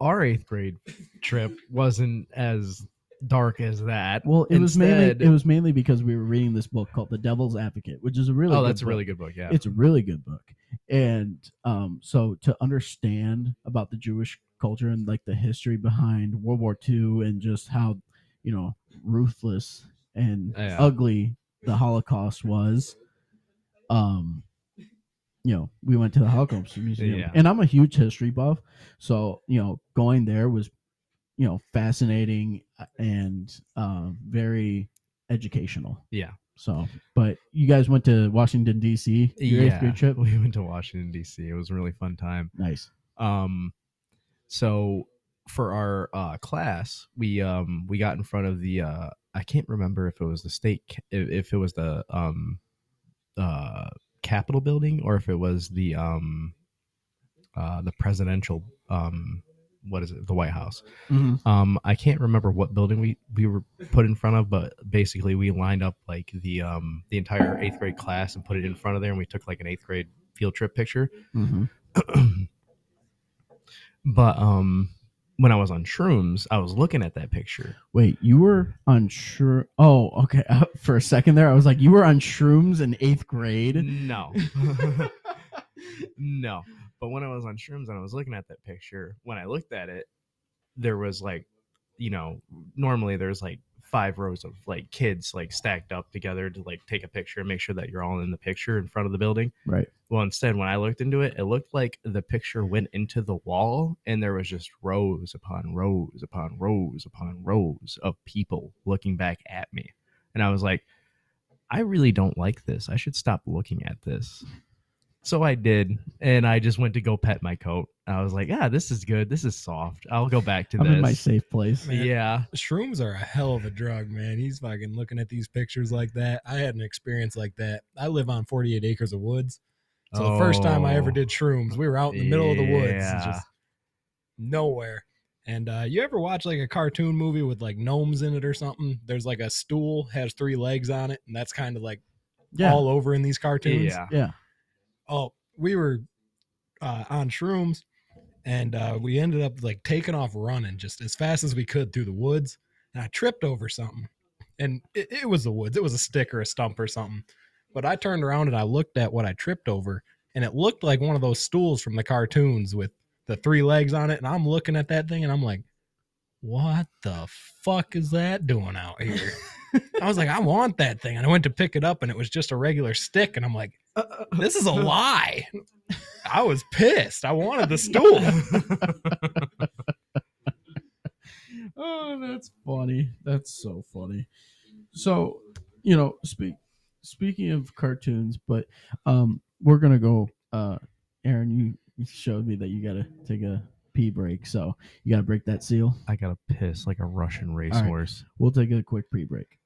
our eighth grade [laughs] trip wasn't as dark as that. well, it was instead- mainly it was mainly because we were reading this book called The Devil's Advocate, which is a really oh, good that's a book. really good book. Yeah, it's a really good book and um so to understand about the jewish culture and like the history behind world war ii and just how you know ruthless and Yeah. ugly the holocaust was um you know we went to the holocaust museum Yeah. and i'm a huge history buff so you know going there was you know fascinating and uh, very educational yeah, [laughs] so, but you guys went to Washington D.C. Your yeah. eighth grade trip. [laughs] We went to Washington D.C. It was a really fun time. Nice. Um, so for our uh, class, we um we got in front of the uh I can't remember if it was the state ca- if, if it was the um uh Capitol building or if it was the um uh the presidential um what is it the White House um I can't remember what building we we were put in front of but basically we lined up like the um the entire eighth grade class and put it in front of there and we took like an eighth grade field trip picture Mhm. but um when I was on shrooms, I was looking at that picture. Wait, you were on shrooms? Oh, okay. [laughs] For a second there, I was like, you were on shrooms in eighth grade. No. [laughs] no. But when I was on shrooms and I was looking at that picture, when I looked at it, there was like, you know, normally there's like five rows of like kids like stacked up together to like take a picture and make sure that you're all in the picture in front of the building. Right. Well, instead, when I looked into it, it looked like the picture went into the wall and there was just rows upon rows upon rows upon rows of people looking back at me. And I was like, I really don't like this. I should stop looking at this. So I did, and I just went to go pet my coat. I was like, "Ah, this is good. This is soft. I'll go back to I'm this." in my safe [laughs] place. Man. yeah, Shrooms are a hell of a drug, man. He's fucking looking at these pictures like that. I had an experience like that. I live on 48 acres of woods. So the first time I ever Oh. did shrooms, we were out in the middle of the woods, it's Yeah. just nowhere. And uh, you ever watch like a cartoon movie with like gnomes in it or something? There's like a stool has three legs on it, and that's kind of like Yeah. all over in these cartoons. yeah, Yeah. Oh, we were uh, on shrooms, and uh, we ended up like taking off running just as fast as we could through the woods. And I tripped over something, and it, it was the woods. It was a stick or a stump or something. But I turned around and I looked at what I tripped over, and it looked like one of those stools from the cartoons with the three legs on it. And I'm looking at that thing, and I'm like, "What the fuck is that doing out here?" I was like, "I want that thing," and I went to pick it up, and it was just a regular stick. And I'm like this [laughs] is a lie. I was pissed. I wanted [laughs] the stool. Oh, that's funny. That's so funny. So, you know, speak speaking of cartoons, but um we're gonna go uh Aaron, you you showed me that you gotta take a pee break, so you gotta break that seal. I gotta piss like a Russian racehorse. We'll take a quick pee break.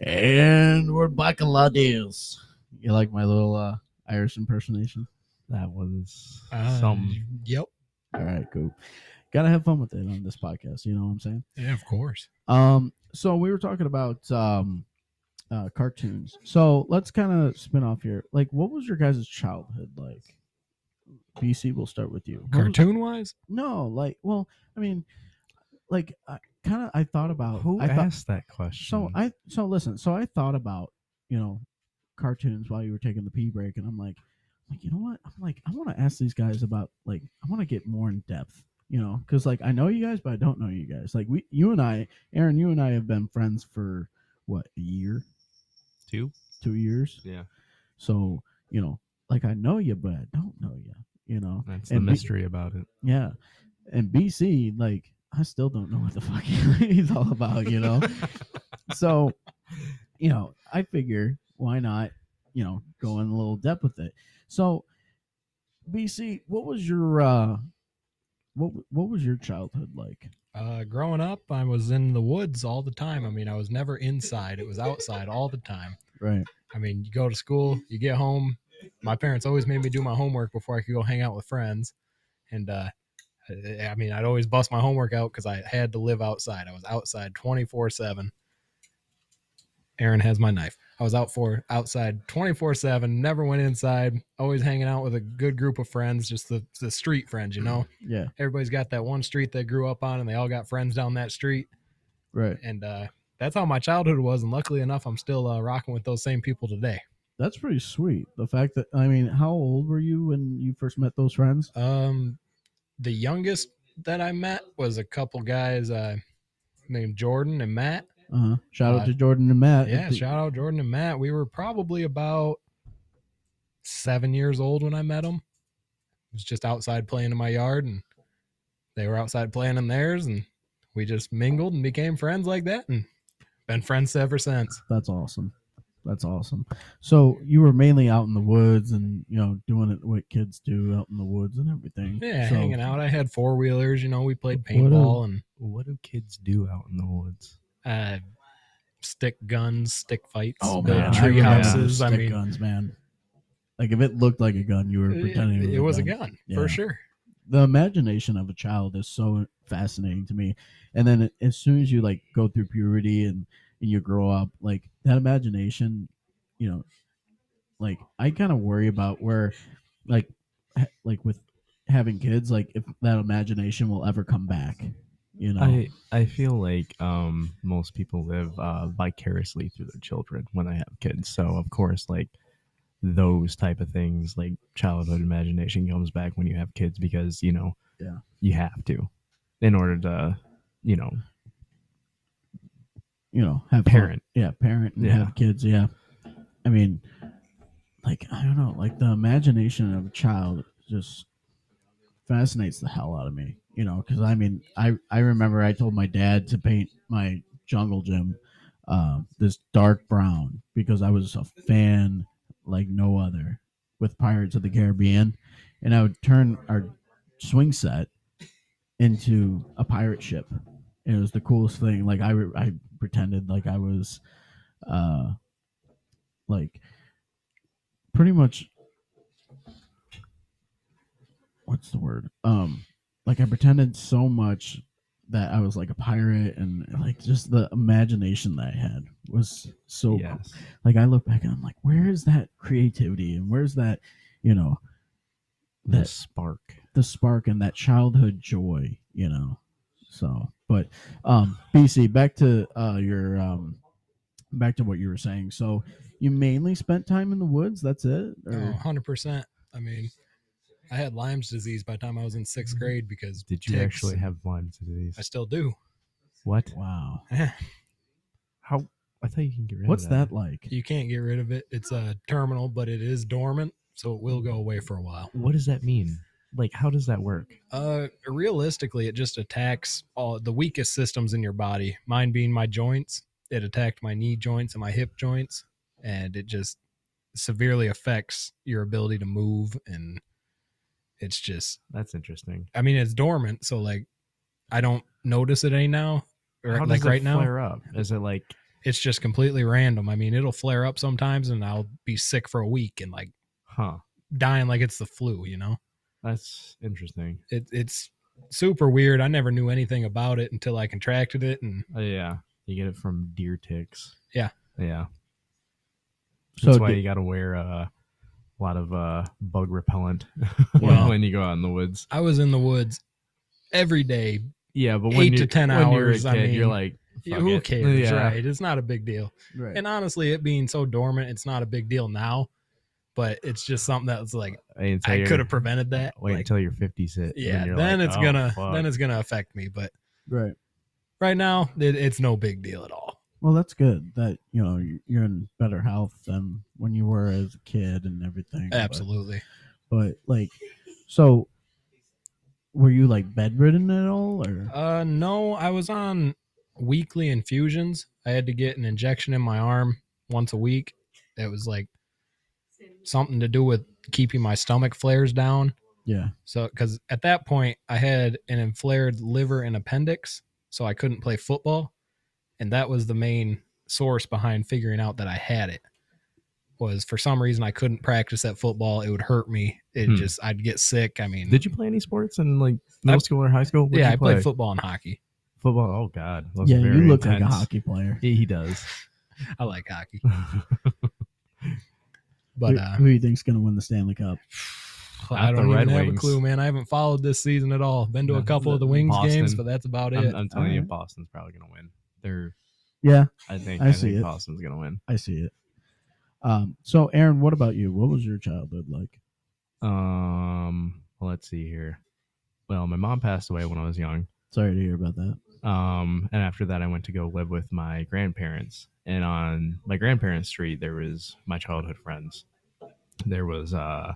And we're back on Ladies. You like my little uh, Irish impersonation? That was Uh, some. Um, Yep. All right, cool. Gotta have fun with it on this podcast. You know what I'm saying? Yeah, of course. Um, so we were talking about um, uh, cartoons. So let's kind of spin off here. Like, what was your guys' childhood like? BC, we'll start with you. Mm. What was- Cartoon wise, no, like, well, I mean, like, I kind of, I thought about Who I thought, asked that question? so I so listen. So I thought about you know cartoons while you were taking the pee break, and I'm like, like you know what? I'm like, I want to ask these guys about like I want to get more in depth, you know, because like I know you guys, but I don't know you guys. Like we, you and I, Aaron, you and I have been friends for what a year, two. two years. Yeah. So you know, like I know you, but I don't know you. You know, That's And the we- mystery about it. yeah. And BC, like I still don't know what the [laughs] fuck he's all about, you [laughs] know so you know i figure why not you know go in a little depth with it so bc what was your uh what what was your childhood like uh, growing up, I was in the woods all the time. I mean, I was never inside, it was outside all the time. right I mean, you go to school, you get home. My parents always made me do my homework before I could go hang out with friends. And, uh, I- I mean, I'd always bust my homework out because I had to live outside. I was outside 24 7. Aaron has my knife. I was out for outside 24 7, never went inside, always hanging out with a good group of friends, just the, the street friends, you know? yeah Everybody's got that one street they grew up on, and they all got friends down that street. right And uh, that's how my childhood was. And luckily enough, I'm still uh, rocking with those same people today. that's pretty sweet the fact that i mean how old were you when you first met those friends Um, the youngest that I met was a couple guys uh, named Jordan and Matt. uh-huh shout out Uh, to jordan and matt [laughs] Yeah, If- shout out Jordan and Matt. We were probably about seven years old when I met them. It was just outside playing in my yard, and they were outside playing in theirs, and we just mingled and became friends like that, and been friends ever since. that's awesome that's awesome so you were mainly out in the woods and you know doing it what kids do out in the woods and everything Yeah, Mm, So- hanging out. I had four wheelers. You know, we played What a- paintball and What do kids do out in the woods? uh, stick guns, stick fights, Oh built man, I tree remember houses. I stick mean, guns, man. Like if it looked like a gun, you were Yeah, pretending it was, it was a gun Yeah. for sure. The imagination of a child is so fascinating to me. And then as soon as you like go through puberty and and you grow up, like that imagination, you know, like I kind of worry about where, like, ha- like with having kids, like if that imagination will ever come back, you know. I I feel like um, most people live uh, vicariously through their children when they have kids. So of course, like those type of things, like childhood imagination comes back when you have kids because you know Yeah. you have to in order to you know you know, have fun. Parent. Yeah, parent and Yeah. have kids. Yeah. I mean, like, I don't know, like the imagination of a child is just fascinates the hell out of me. You know, because I mean, I I remember I told my dad to paint my jungle gym uh, this dark brown because I was a fan like no other with Pirates of the Caribbean, and I would turn our swing set into a pirate ship. And it was the coolest thing. Like I, re- I pretended like I was, uh, like pretty much what's the word? Um, like I pretended so much that I was like a pirate, and like just the imagination that I had was so yes. like I look back and I'm like, where is that creativity and where's that, you know, The that spark. the spark and that childhood joy, you know. So, but um BC, back to uh your um back to what you were saying. So, you mainly spent time in the woods, that's it? Oh, 100%. I mean, I had Lyme's disease by the time I was in sixth grade because Did you ticks, actually and have Lyme disease? I still do. What? Wow. How? I thought you can get rid What's of that like? You can't get rid of it. It's a terminal, but it is dormant, so it will go away for a while. What does that mean? Like, how does that work? Uh, realistically, it just attacks all the weakest systems in your body. Mine being my joints. It attacked my knee joints and my hip joints, and it just severely affects your ability to move. And it's just, That's interesting. I mean, it's dormant, so like, I don't notice it any now. Or How like does it right now, flare up? Is it like it's just completely random. I mean, it'll flare up sometimes, and I'll be sick for a week and like Huh. dying like it's the flu. You know, That's interesting. it, it's super weird. I never knew anything about it until I contracted it, and Uh, yeah. You get it from deer ticks. Yeah. Yeah. So That's why did- you got to wear uh, a lot of uh, bug repellent [laughs] Well- when you go out in the woods. I was in the woods every day. Yeah, but Eight when to you're, 10 when you're a hours, I kid, you're mean, like, fuck Who it. cares, Yeah. right? It's not a big deal. right. And honestly, it being so dormant, it's not a big deal now. But it's just something that's like Wait until I you're- could have prevented that. Wait Like, until you're 50 sit. and yeah, you're then like, it's "Oh, gonna fuck." then it's gonna affect me. But Right. right now, it, it's no big deal at all. Well, that's good that, you know, you- you're in better health than when you were as a kid and everything. but- Absolutely. But, like so were you like bedridden at all or Uh, no, I was on weekly infusions. I had to get an injection in my arm once a week. It was like something to do with keeping my stomach flares down. yeah. So, because at that point I had an inflamed liver and appendix, so I couldn't play football, and that was the main source behind figuring out that I had it. Was for some reason I couldn't practice at football. It would hurt me. It Hmm. just I'd get sick. I mean, Did you play any sports in like I- middle school or high school? What'd yeah, you I played play? football and hockey. football. Oh God, That was Yeah, very you look like a intense. hockey player. [laughs] Yeah, he [laughs] does. I like hockey, Who- but uh, [sighs] who do you think's going to win the Stanley Cup? I Not the don't even Red have Wings. a clue, man. I haven't followed this season at all. Been to No, a couple of the- the Wings Boston. games, but that's about it. I'm, I'm telling you, Alright. Boston's probably gonna win. They're, Yeah, I think, I I, see think it. Boston's gonna win. I see it. Um, so, Aaron, what about you? What was your childhood like? Um, well, let's see here. Well, my mom passed away when I was young. Sorry to hear about that. Um, and after that, I went to go live with my grandparents. And on my grandparents' street, there was my childhood friends. There was uh,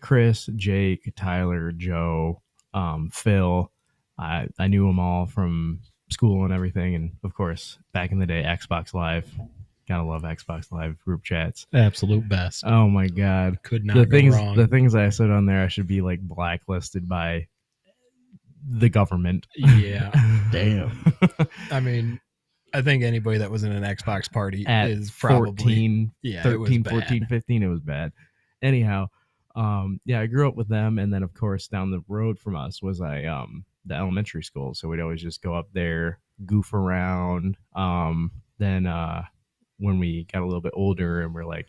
Chris, Jake, Tyler, Joe, um, Phil. I I knew them all from school and everything. And of course, back in the day, Xbox Live. Gotta love Xbox Live group chats. Absolute best. Oh my god Could not the go things wrong. the things I said on there I should be like blacklisted by the government. [laughs] [laughs] Yeah. Damn. I mean, I think anybody that was in an Xbox party At is probably 14, yeah, it was 13, bad. 14, 15 it was bad. Anyhow, um yeah, I grew up with them and then of course down the road from us was I um the elementary school, so we'd always just go up there, goof around. Um then uh when we got a little bit older and we're like,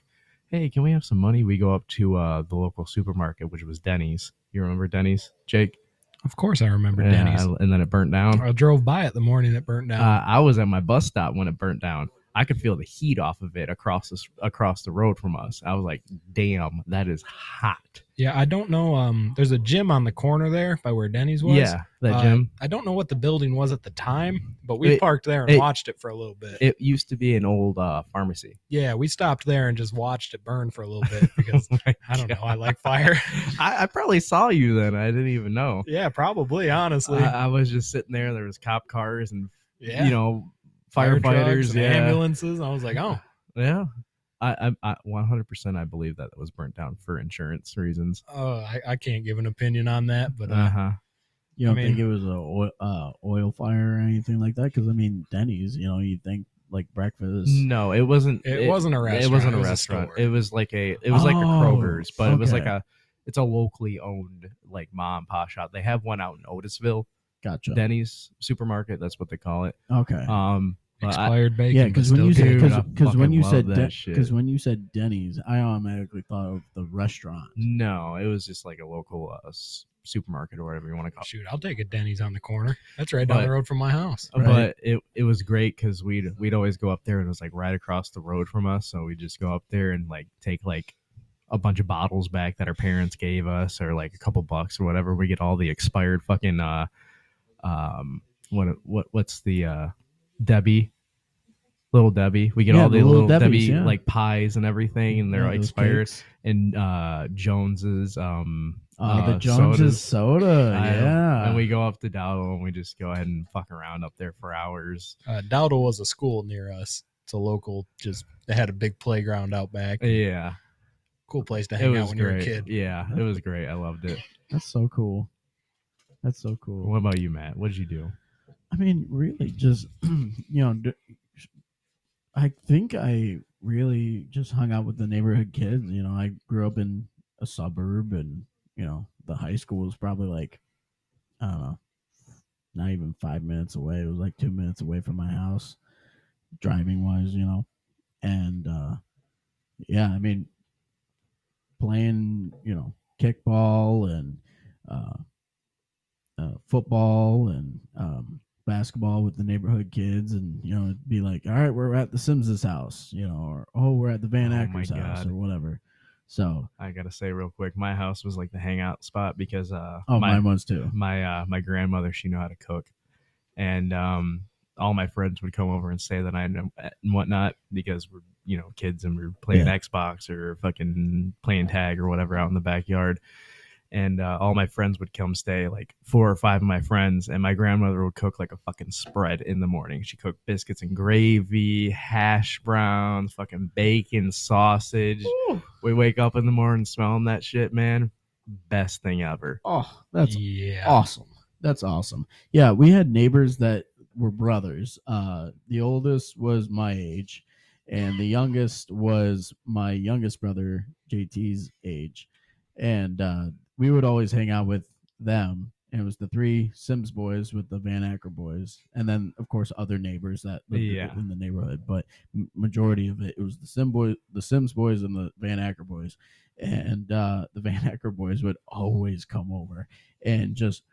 "Hey, can we have some money?" We go up to uh the local supermarket, which was Denny's. You remember Denny's? Jake? Of course, I remember Yeah, Denny's. I- and then it burnt down. I drove by it the morning it burnt down. Uh, I was at my bus stop when it burnt down. I could feel the heat off of it across this across the road from us. I was like, damn, that is hot. Yeah, I don't know. Um, there's a gym on the corner there by where Denny's was. yeah, that Uh, gym. I don't know what the building was at the time, but we It- parked there and it- watched it for a little bit. It used to be an old uh, pharmacy. [laughs] yeah, we stopped there and just watched it burn for a little bit [laughs] because Oh my I don't know. God. I [laughs] like fire. I, I probably saw you then. I didn't even know. yeah, probably. Honestly, I, I was just sitting there. There was cop cars and yeah. Uh, you know Fire trucks firefighters. and yeah, ambulances. I was like, oh, yeah. I, I, I 100% I believe that was burnt down for insurance reasons. oh, I, I can't give an opinion on that, but uh, Uh huh. You I don't mean- think it was a oil, uh, oil fire or anything like that? Because I mean, Denny's. You know, you think like breakfast. No, it wasn't. it, wasn't a restaurant. It wasn't a was restaurant. store. It was like a. It was like a Oh, Kroger's, but it was like okay. a. It's a locally owned like mom and pop shop. They have one out in Otisville, Gotcha. Denny's supermarket. That's what they call it. okay. Um, uh, but I- expired bacon. yeah, but because when you said still dude, good. I because when fucking you love said that because shit. when you said Denny's, I automatically thought of the restaurant. Mm, no, it was just like a local uh, s- supermarket or whatever you want to call Oh, it. shoot, I'll take a Denny's on the corner. That's right down But- the road from my house. Right. But it, it was great because we'd we'd always go up there and it was like right across the road from us. So we just go up there and like take like a bunch of bottles back that our parents gave us or like a couple bucks or whatever. We get all the expired fucking uh um what what what's the uh Debbie little Debbie. We get Yeah, all the the, Little little, Debbie Debbies, yeah. like pies and everything and they're Yeah, those expired cakes. and uh Jones's um Uh, the uh, Jones's uh, sodas. soda. I- yeah. And we go up to Dowdle and we just go ahead and fuck around up there for hours. Uh, Dowdle was a school near us. It's a local, just they had a big playground out back. Yeah. Cool place to it hang was out when great. you're a kid. Yeah, it was great. I loved it. That's so cool. That's so cool. What about you, Matt? What did you do? I mean, really, just [clears throat] you know, d- I think I really just hung out with the neighborhood kids. You know, I grew up in a suburb, and you know, the high school was probably like, I don't know, not even five minutes away. It was like two minutes away from my house, driving wise, you know, and uh, yeah, I mean, playing, you know, kickball and. Uh, uh, football and um, basketball with the neighborhood kids, and you know, it'd be like, all right, we're at the Sims's house, you know, or oh, we're at the Van Oh my Acker's house, God. or whatever. So, I gotta say real quick, my house was like the hangout spot because uh oh, my mine was too. my uh, my grandmother she knew how to cook, and um all my friends would come over and stay the night and uh, and whatnot because we're you know kids and we're playing Yeah. Xbox or fucking playing tag or whatever out in the backyard. And uh, all my friends would come stay, like four or five of my friends, and my grandmother would cook like a fucking spread in the morning. She cooked biscuits and gravy, hash browns, fucking bacon, sausage. We wake up in the morning smelling that shit, man. Best thing ever. Oh, that's yeah. awesome. That's awesome. Yeah, we had neighbors that were brothers. Uh, the oldest was my age, and the youngest was my youngest brother, JT's age. And uh, we would always hang out with them. And it was the three Sims boys with the Van Acker boys, and then of course other neighbors that lived Yeah. in the neighborhood. But m- majority of it, it was the Sim boy, the Sims boys, and the Van Acker boys. And uh, the Van Acker boys would always come over and just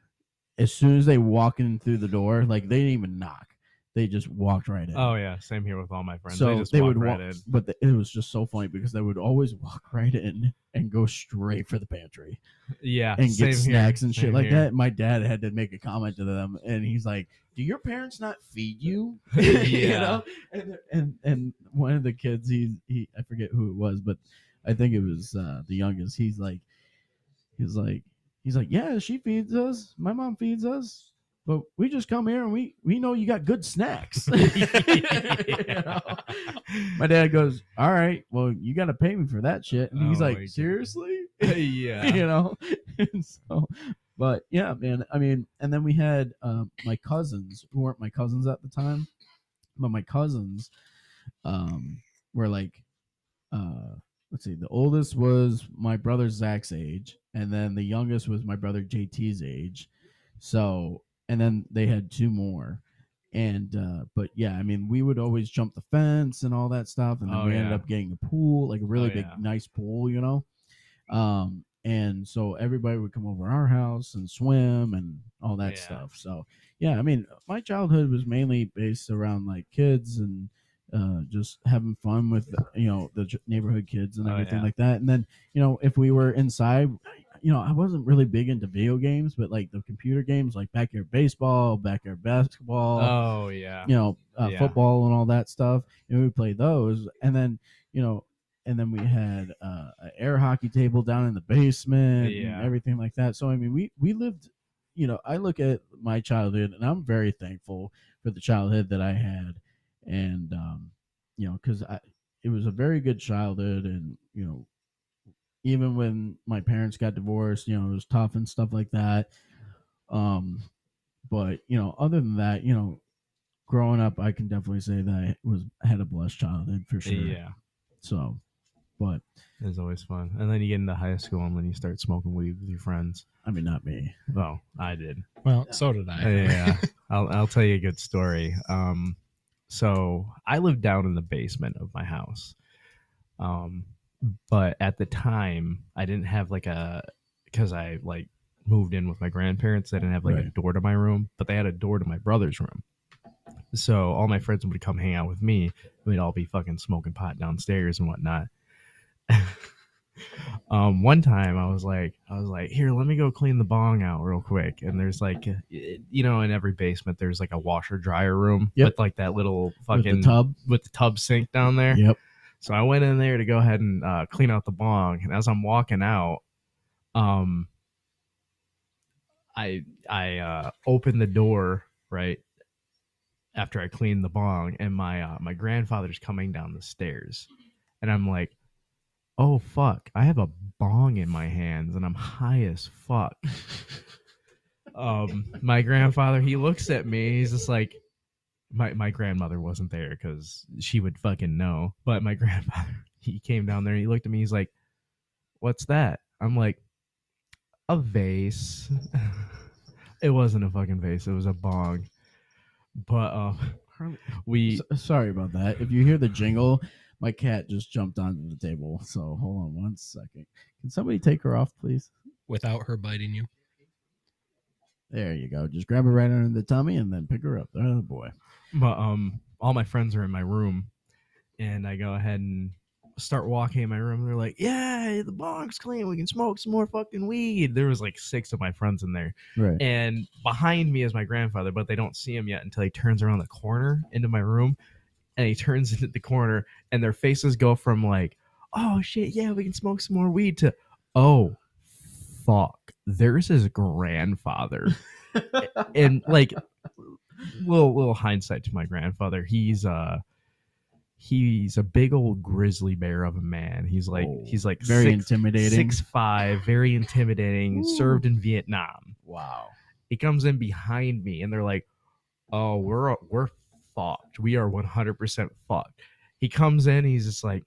as soon as they walk in through the door, like they didn't even knock, they just walked right in. Oh yeah, same here with all my friends. so they they, just walk would right walk, in. but the, it was just so funny because they would always walk [laughs] right in and go straight for the pantry Yeah, and same get snacks here, and shit same like here. that. My dad had to make a comment to them, and he's like, "Do your parents not feed [laughs] you?" [laughs] you Yeah. know. And, they're- and and one of the kids, he he, I forget who it was, but I think it was uh, the youngest. He's like, he's like, he's like, yeah, she feeds us. My mom feeds us. But we just come here and we we know you got good [laughs] snacks. You know? [laughs] My dad goes, "All right, well, you got to pay me for that shit." And he's Oh my like, God. "Seriously?" [laughs] [laughs] yeah. you know and so but yeah man i mean and then we had um, my cousins who weren't my cousins at the time but my cousins um were like uh let's see the oldest was my brother zach's age and then the youngest was my brother jt's age so and then they had two more and uh but yeah i mean we would always jump the fence and all that stuff and then Oh, we ended yeah. up getting a pool like a really Oh, big yeah. nice pool you know um and so everybody would come over our house and swim and all that Yeah. stuff so yeah i mean my childhood was mainly based around like kids and uh, just having fun with you know the j- neighborhood kids and Oh, everything yeah. like that. And then you know if we were inside, you know I wasn't really big into video games, but like the computer games like backyard baseball, backyard basketball, Oh yeah. you know uh, Yeah. football and all that stuff, and we played those. And then you know. And then we had uh, an air hockey table down in the basement Yeah. and everything like that. So I mean, we we lived, you know, I look at my childhood and I'm very thankful for the childhood that I had, and um, you know, because I it was a very good childhood, and you know, even when my parents got divorced, you know, it was tough and stuff like that. Um, but you know, other than that, you know, growing up, I can definitely say that I was had a blessed childhood for sure. Yeah. So, but It was always fun. And then you get into high school and then you start smoking weed with your friends. I mean, not me. Well, I did. Well, so did I. yeah. I'll, I'll tell you a good story. Um, so I lived down in the basement of my house. Um, but at the time, I didn't have like a, because I like moved in with my grandparents, I didn't have like a Right. door to my room, but they had a door to my brother's room. So all my friends would come hang out with me. We'd all be fucking smoking pot downstairs and whatnot. [laughs] um, one time I was like, I was like, here, let me go clean the bong out real quick. And there's like, uh, you know, in every basement there's like a washer dryer room Yep. with like that little With fucking the [laughs] tub. with the tub sink down there. Yep. So I went in there to go ahead and uh, clean out the bong, and as I'm walking out, um, I I uh, opened the door right after I cleaned the bong, and my uh, my grandfather's coming down the stairs, and I'm like, oh fuck, I have a bong in my hands, and I'm high as fuck. um, my grandfather he looks at me, he's just like, my my grandmother wasn't there because she would fucking know. But my [laughs] grandfather, he came down there. He looked at me. He's like, "What's that?" I'm like, "A vase." [laughs] it wasn't a fucking vase. It was a bong. But um, we S- sorry about that. If you hear the jingle, my cat just jumped onto the table. So hold on one second. Can somebody take her off, please? [laughs] Without her biting you. There you go. Just grab her right under the tummy and then pick her up. Oh boy. but um all my friends are in my room and i go ahead and start walking in my room they're like yeah the bong's clean we can smoke some more fucking weed there was like six of my friends in there Right. and behind me is my grandfather but they don't see him yet until he turns around the corner into my room and he turns [laughs] into the corner and their faces go from like oh shit yeah we can smoke some more weed to oh fuck there's his grandfather [laughs] and like little little hindsight to my grandfather he's uh he's a big old grizzly bear of a man he's like Oh, he's like Very six, intimidating. six five very intimidating served in vietnam Wow. he comes in behind me and they're like oh we're we're fucked we are 100% fucked he comes in he's just like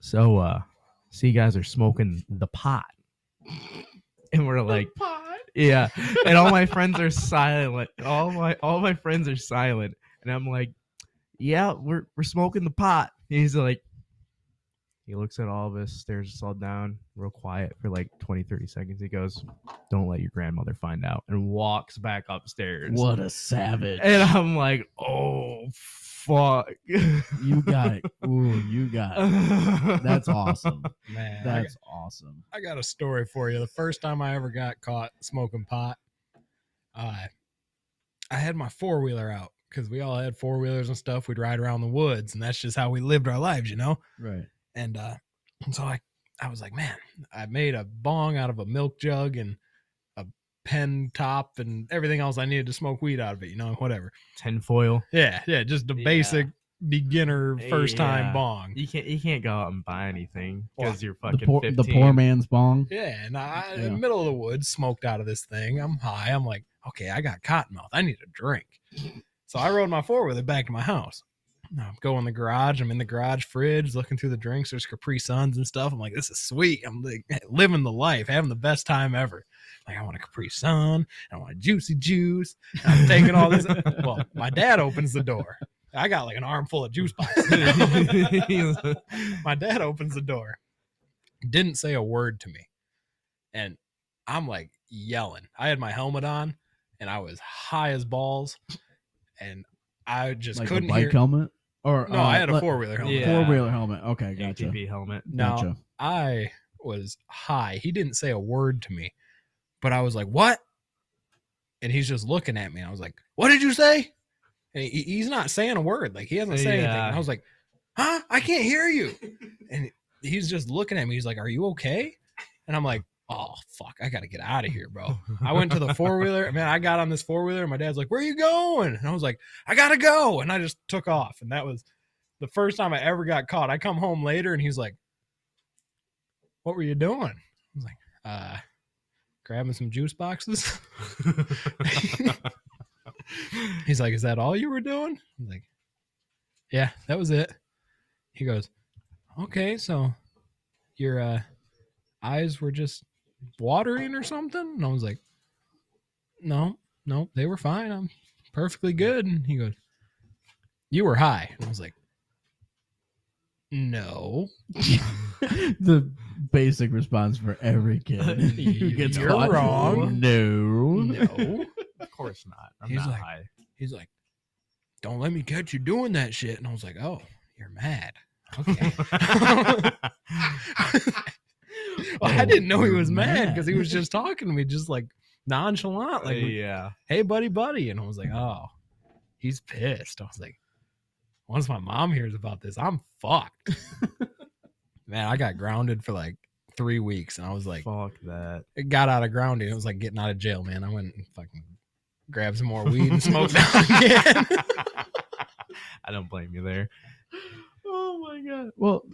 so uh so you guys are smoking the pot and we're like yeah and all my friends are silent all my all my friends are silent and i'm like yeah we're we're smoking the pot and he's like he looks at all of us stares us all down real quiet for like 20 30 seconds he goes don't let your grandmother find out and walks back upstairs What a savage. and i'm like oh fuck you got it. Ooh, you [laughs] got it. That's awesome. Man, [laughs] I That's awesome. I got a story for you. The first time I ever got caught smoking pot, uh, I had my four wheeler out because we all had four wheelers and stuff. We'd ride around the woods, and that's just how we lived our lives, you know. Right. And uh, and so I, I was like, man, I made a bong out of a milk jug and a pen top and everything else I needed to smoke weed out of it, you know, whatever. tinfoil Yeah, yeah, just the Yeah. basic beginner first Yeah. time bong. you can't you can't go out and buy anything because you're fucking The poor, 15. the poor man's bong. Yeah, and I in Yeah. the middle of the woods smoked out of this thing. I'm high. I'm like, okay, I got cottonmouth. I need a drink. So I rode my four wheeler back to my house. I go in the garage. I'm in the garage fridge looking through the drinks. There's Capri Suns and stuff. I'm like, this is sweet. I'm like [laughs] living the life, having the best time ever. Like I want a Capri Sun. I want a Juicy Juice. and I'm taking all this. well, my dad opens the door. I got like an armful of juice boxes. [laughs] [laughs] [laughs] my dad opens the door didn't say a word to me and i'm like yelling i had my helmet on and i was high as balls and i just Like a couldn't bike hear helmet. Or No, I had a four wheeler helmet. Yeah. four wheeler helmet. Okay, gotcha. ATV helmet. No, Gotcha. I was high. He didn't say a word to me, but I was like, "What?" And he's just looking at me. I was like, "What did you say?" And he, he's not saying a word. Like he hasn't said anything. Yeah. And I was like, "Huh? I can't hear you." And he's just looking at me. He's like, "Are you okay?" And I'm like, "Oh fuck, I gotta get out of here, Oh. [laughs] bro." I went to the four wheeler. Man, I got on this four wheeler. and My dad's like, "Where you going?" And I was like, "I gotta go." And I just took off. And that was the first time I ever got caught. I come home later, and he's like what were you doing? I was like, uh, grabbing some juice boxes. He's like, is that all you were doing? I'm like, yeah, that was it. He goes, okay, so your uh, eyes were just watering or something? And I was like, no, no, they were fine. I'm perfectly good. And he goes, you were high. And I was like, [laughs] no. the basic response for every [laughs] kid [laughs] who gets You're caught. wrong. No. [laughs] No. of course not. I'm He's not like- high. He's like, "Don't let me catch you doing that shit." And I was like, "Oh, you're mad." [laughs] Okay. [laughs] well, I Oh, didn't know he you're was mad because he mad. was just talking to me, just like nonchalant, like, yeah. "Hey, buddy, buddy," and I was like, "Oh, he's pissed." I was like, "Once my mom hears about this, I'm fucked." [laughs] Man, I got grounded for like three weeks, and I was like, Fuck that. [laughs] [laughs] it got out of grounding. It was like getting out of jail, man. I went and fucking grabbed some more weed [laughs] and smoked [laughs] out again. I don't blame you there. Oh my god. Well,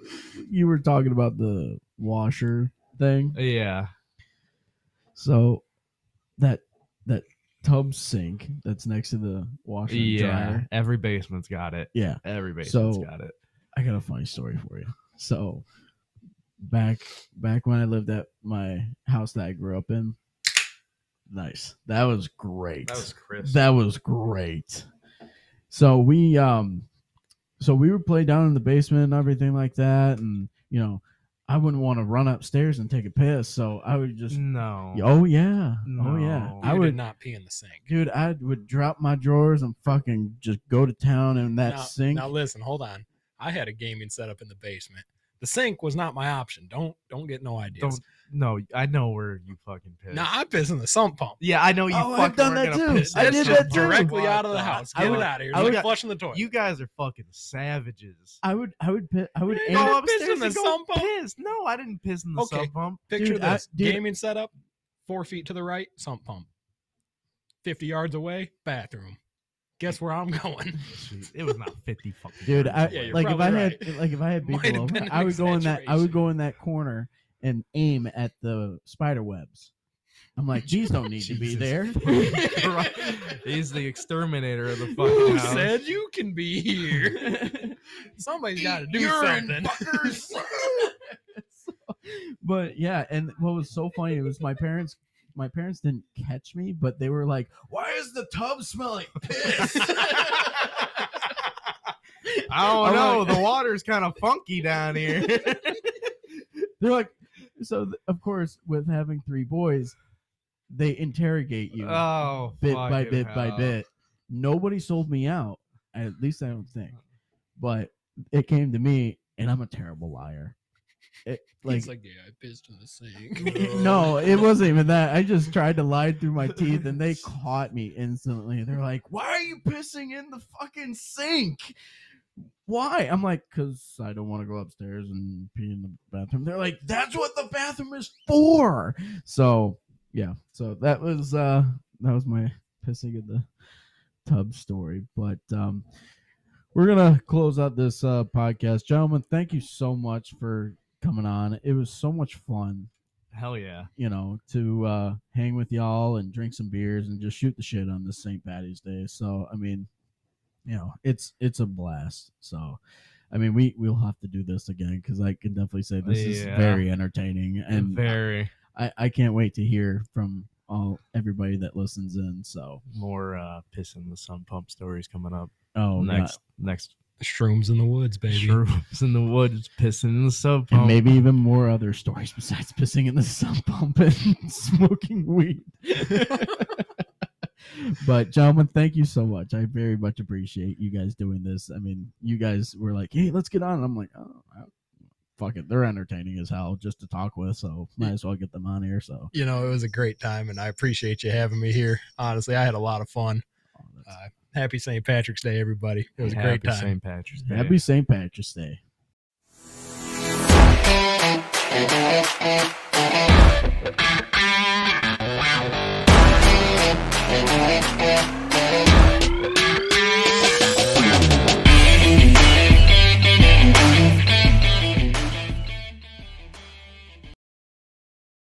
you were talking about the washer thing. Yeah. So that that tub sink that's next to the washer and Yeah. dryer. Every basement's got it. Yeah. Every basement's So- got it. I got a funny story for you. So back back when I lived at my house that I grew up in. Nice. That was great. Chris. That was great. So we um so we would play down in the basement and everything like that and you know I wouldn't want to run upstairs and take a piss so I would just [laughs] no. oh yeah oh yeah No. I You would did not pee in the sink. dude I would drop my drawers and fucking just go to town in that now, sink Now listen, hold on. I had a gaming setup in the basement. The sink was not my option. Don't don't get no ideas. Don't. No. I know where you fucking pissed. Now I piss in the sump pump. yeah, I know you. Oh, I've fucking done were that gonna too. piss. I That's did just that too. directly what out of the I house. thought. Get I it would- out of here. I You're would- flushing the toilet. You guys are fucking savages. I would I would pi- I would You aim, know go never upstairs pissed in and the go sump pump? piss. No, I didn't piss in the Okay. sump pump. Picture dude, I- this: dude- gaming setup, four feet to the right, sump pump. Fifty yards away, bathroom. Guess where I'm [laughs] going? Jeez, it was not fifty fucking. dude yards I away. Yeah, [laughs] you're like if probably I had right. like if I had [laughs] Might people have been over an I would go in that I would exaggeration. go in that corner and aim at the spider webs I'm like geez don't need to be Jesus there Right. He's the exterminator of the fucking Who house. said you can be here? [laughs] Somebody's got to do Urine, something. fuckers. [laughs] but yeah, and what was so funny was my parents. My parents didn't catch me, but they were like, Why is the tub smelling piss? I don't I'm know. like- the water's kind of funky down [laughs] here. [laughs] they're like, so th- of course, with having three boys, they interrogate you oh, bit by fucking bit by hell. bit. Nobody sold me out, at least I don't think. But it came to me, and I'm a terrible liar. It, like, He's [laughs] like, yeah, I pissed in the sink. [laughs] no, it wasn't even that. I just tried to lie through my teeth, and they caught me instantly. They're like, "Why are you pissing in the fucking sink? Why?" I'm like, "Cause I don't want to go upstairs and pee in the bathroom." They're like, "That's what the bathroom is for." So yeah, so that was uh that was my pissing in the tub story, but um. We're gonna close out this uh, podcast, gentlemen. Thank you so much for coming on. It was so much fun Hell yeah. you know, to uh, hang with y'all and drink some beers and just shoot the shit on this St. Patty's Day. So I mean, you know, it's it's a blast. So I mean, we we'll have to do this again because I can definitely say this is Yeah. very entertaining and very I I can't wait to hear from all everybody that listens in. So more uh pissing the sun pump stories coming up. oh, next next next Shrooms in the woods, baby. shrooms in the woods pissing in the sub and pump. maybe even more other stories [laughs] besides pissing in the sump pump and smoking weed. but gentlemen, thank you so much. I very much appreciate you guys doing this. I mean, you guys were like, "Hey, let's get on." And I'm like, "Oh, I- fuck it, they're entertaining as hell just to talk with, so might as well get them on here." So, You know, it was a great time, and I appreciate you having me here. Honestly, I had a lot of fun. oh, that's- Uh, happy St. Patrick's Day, everybody. It was a great Happy time. St. Patrick's Day. happy St. Patrick's Day.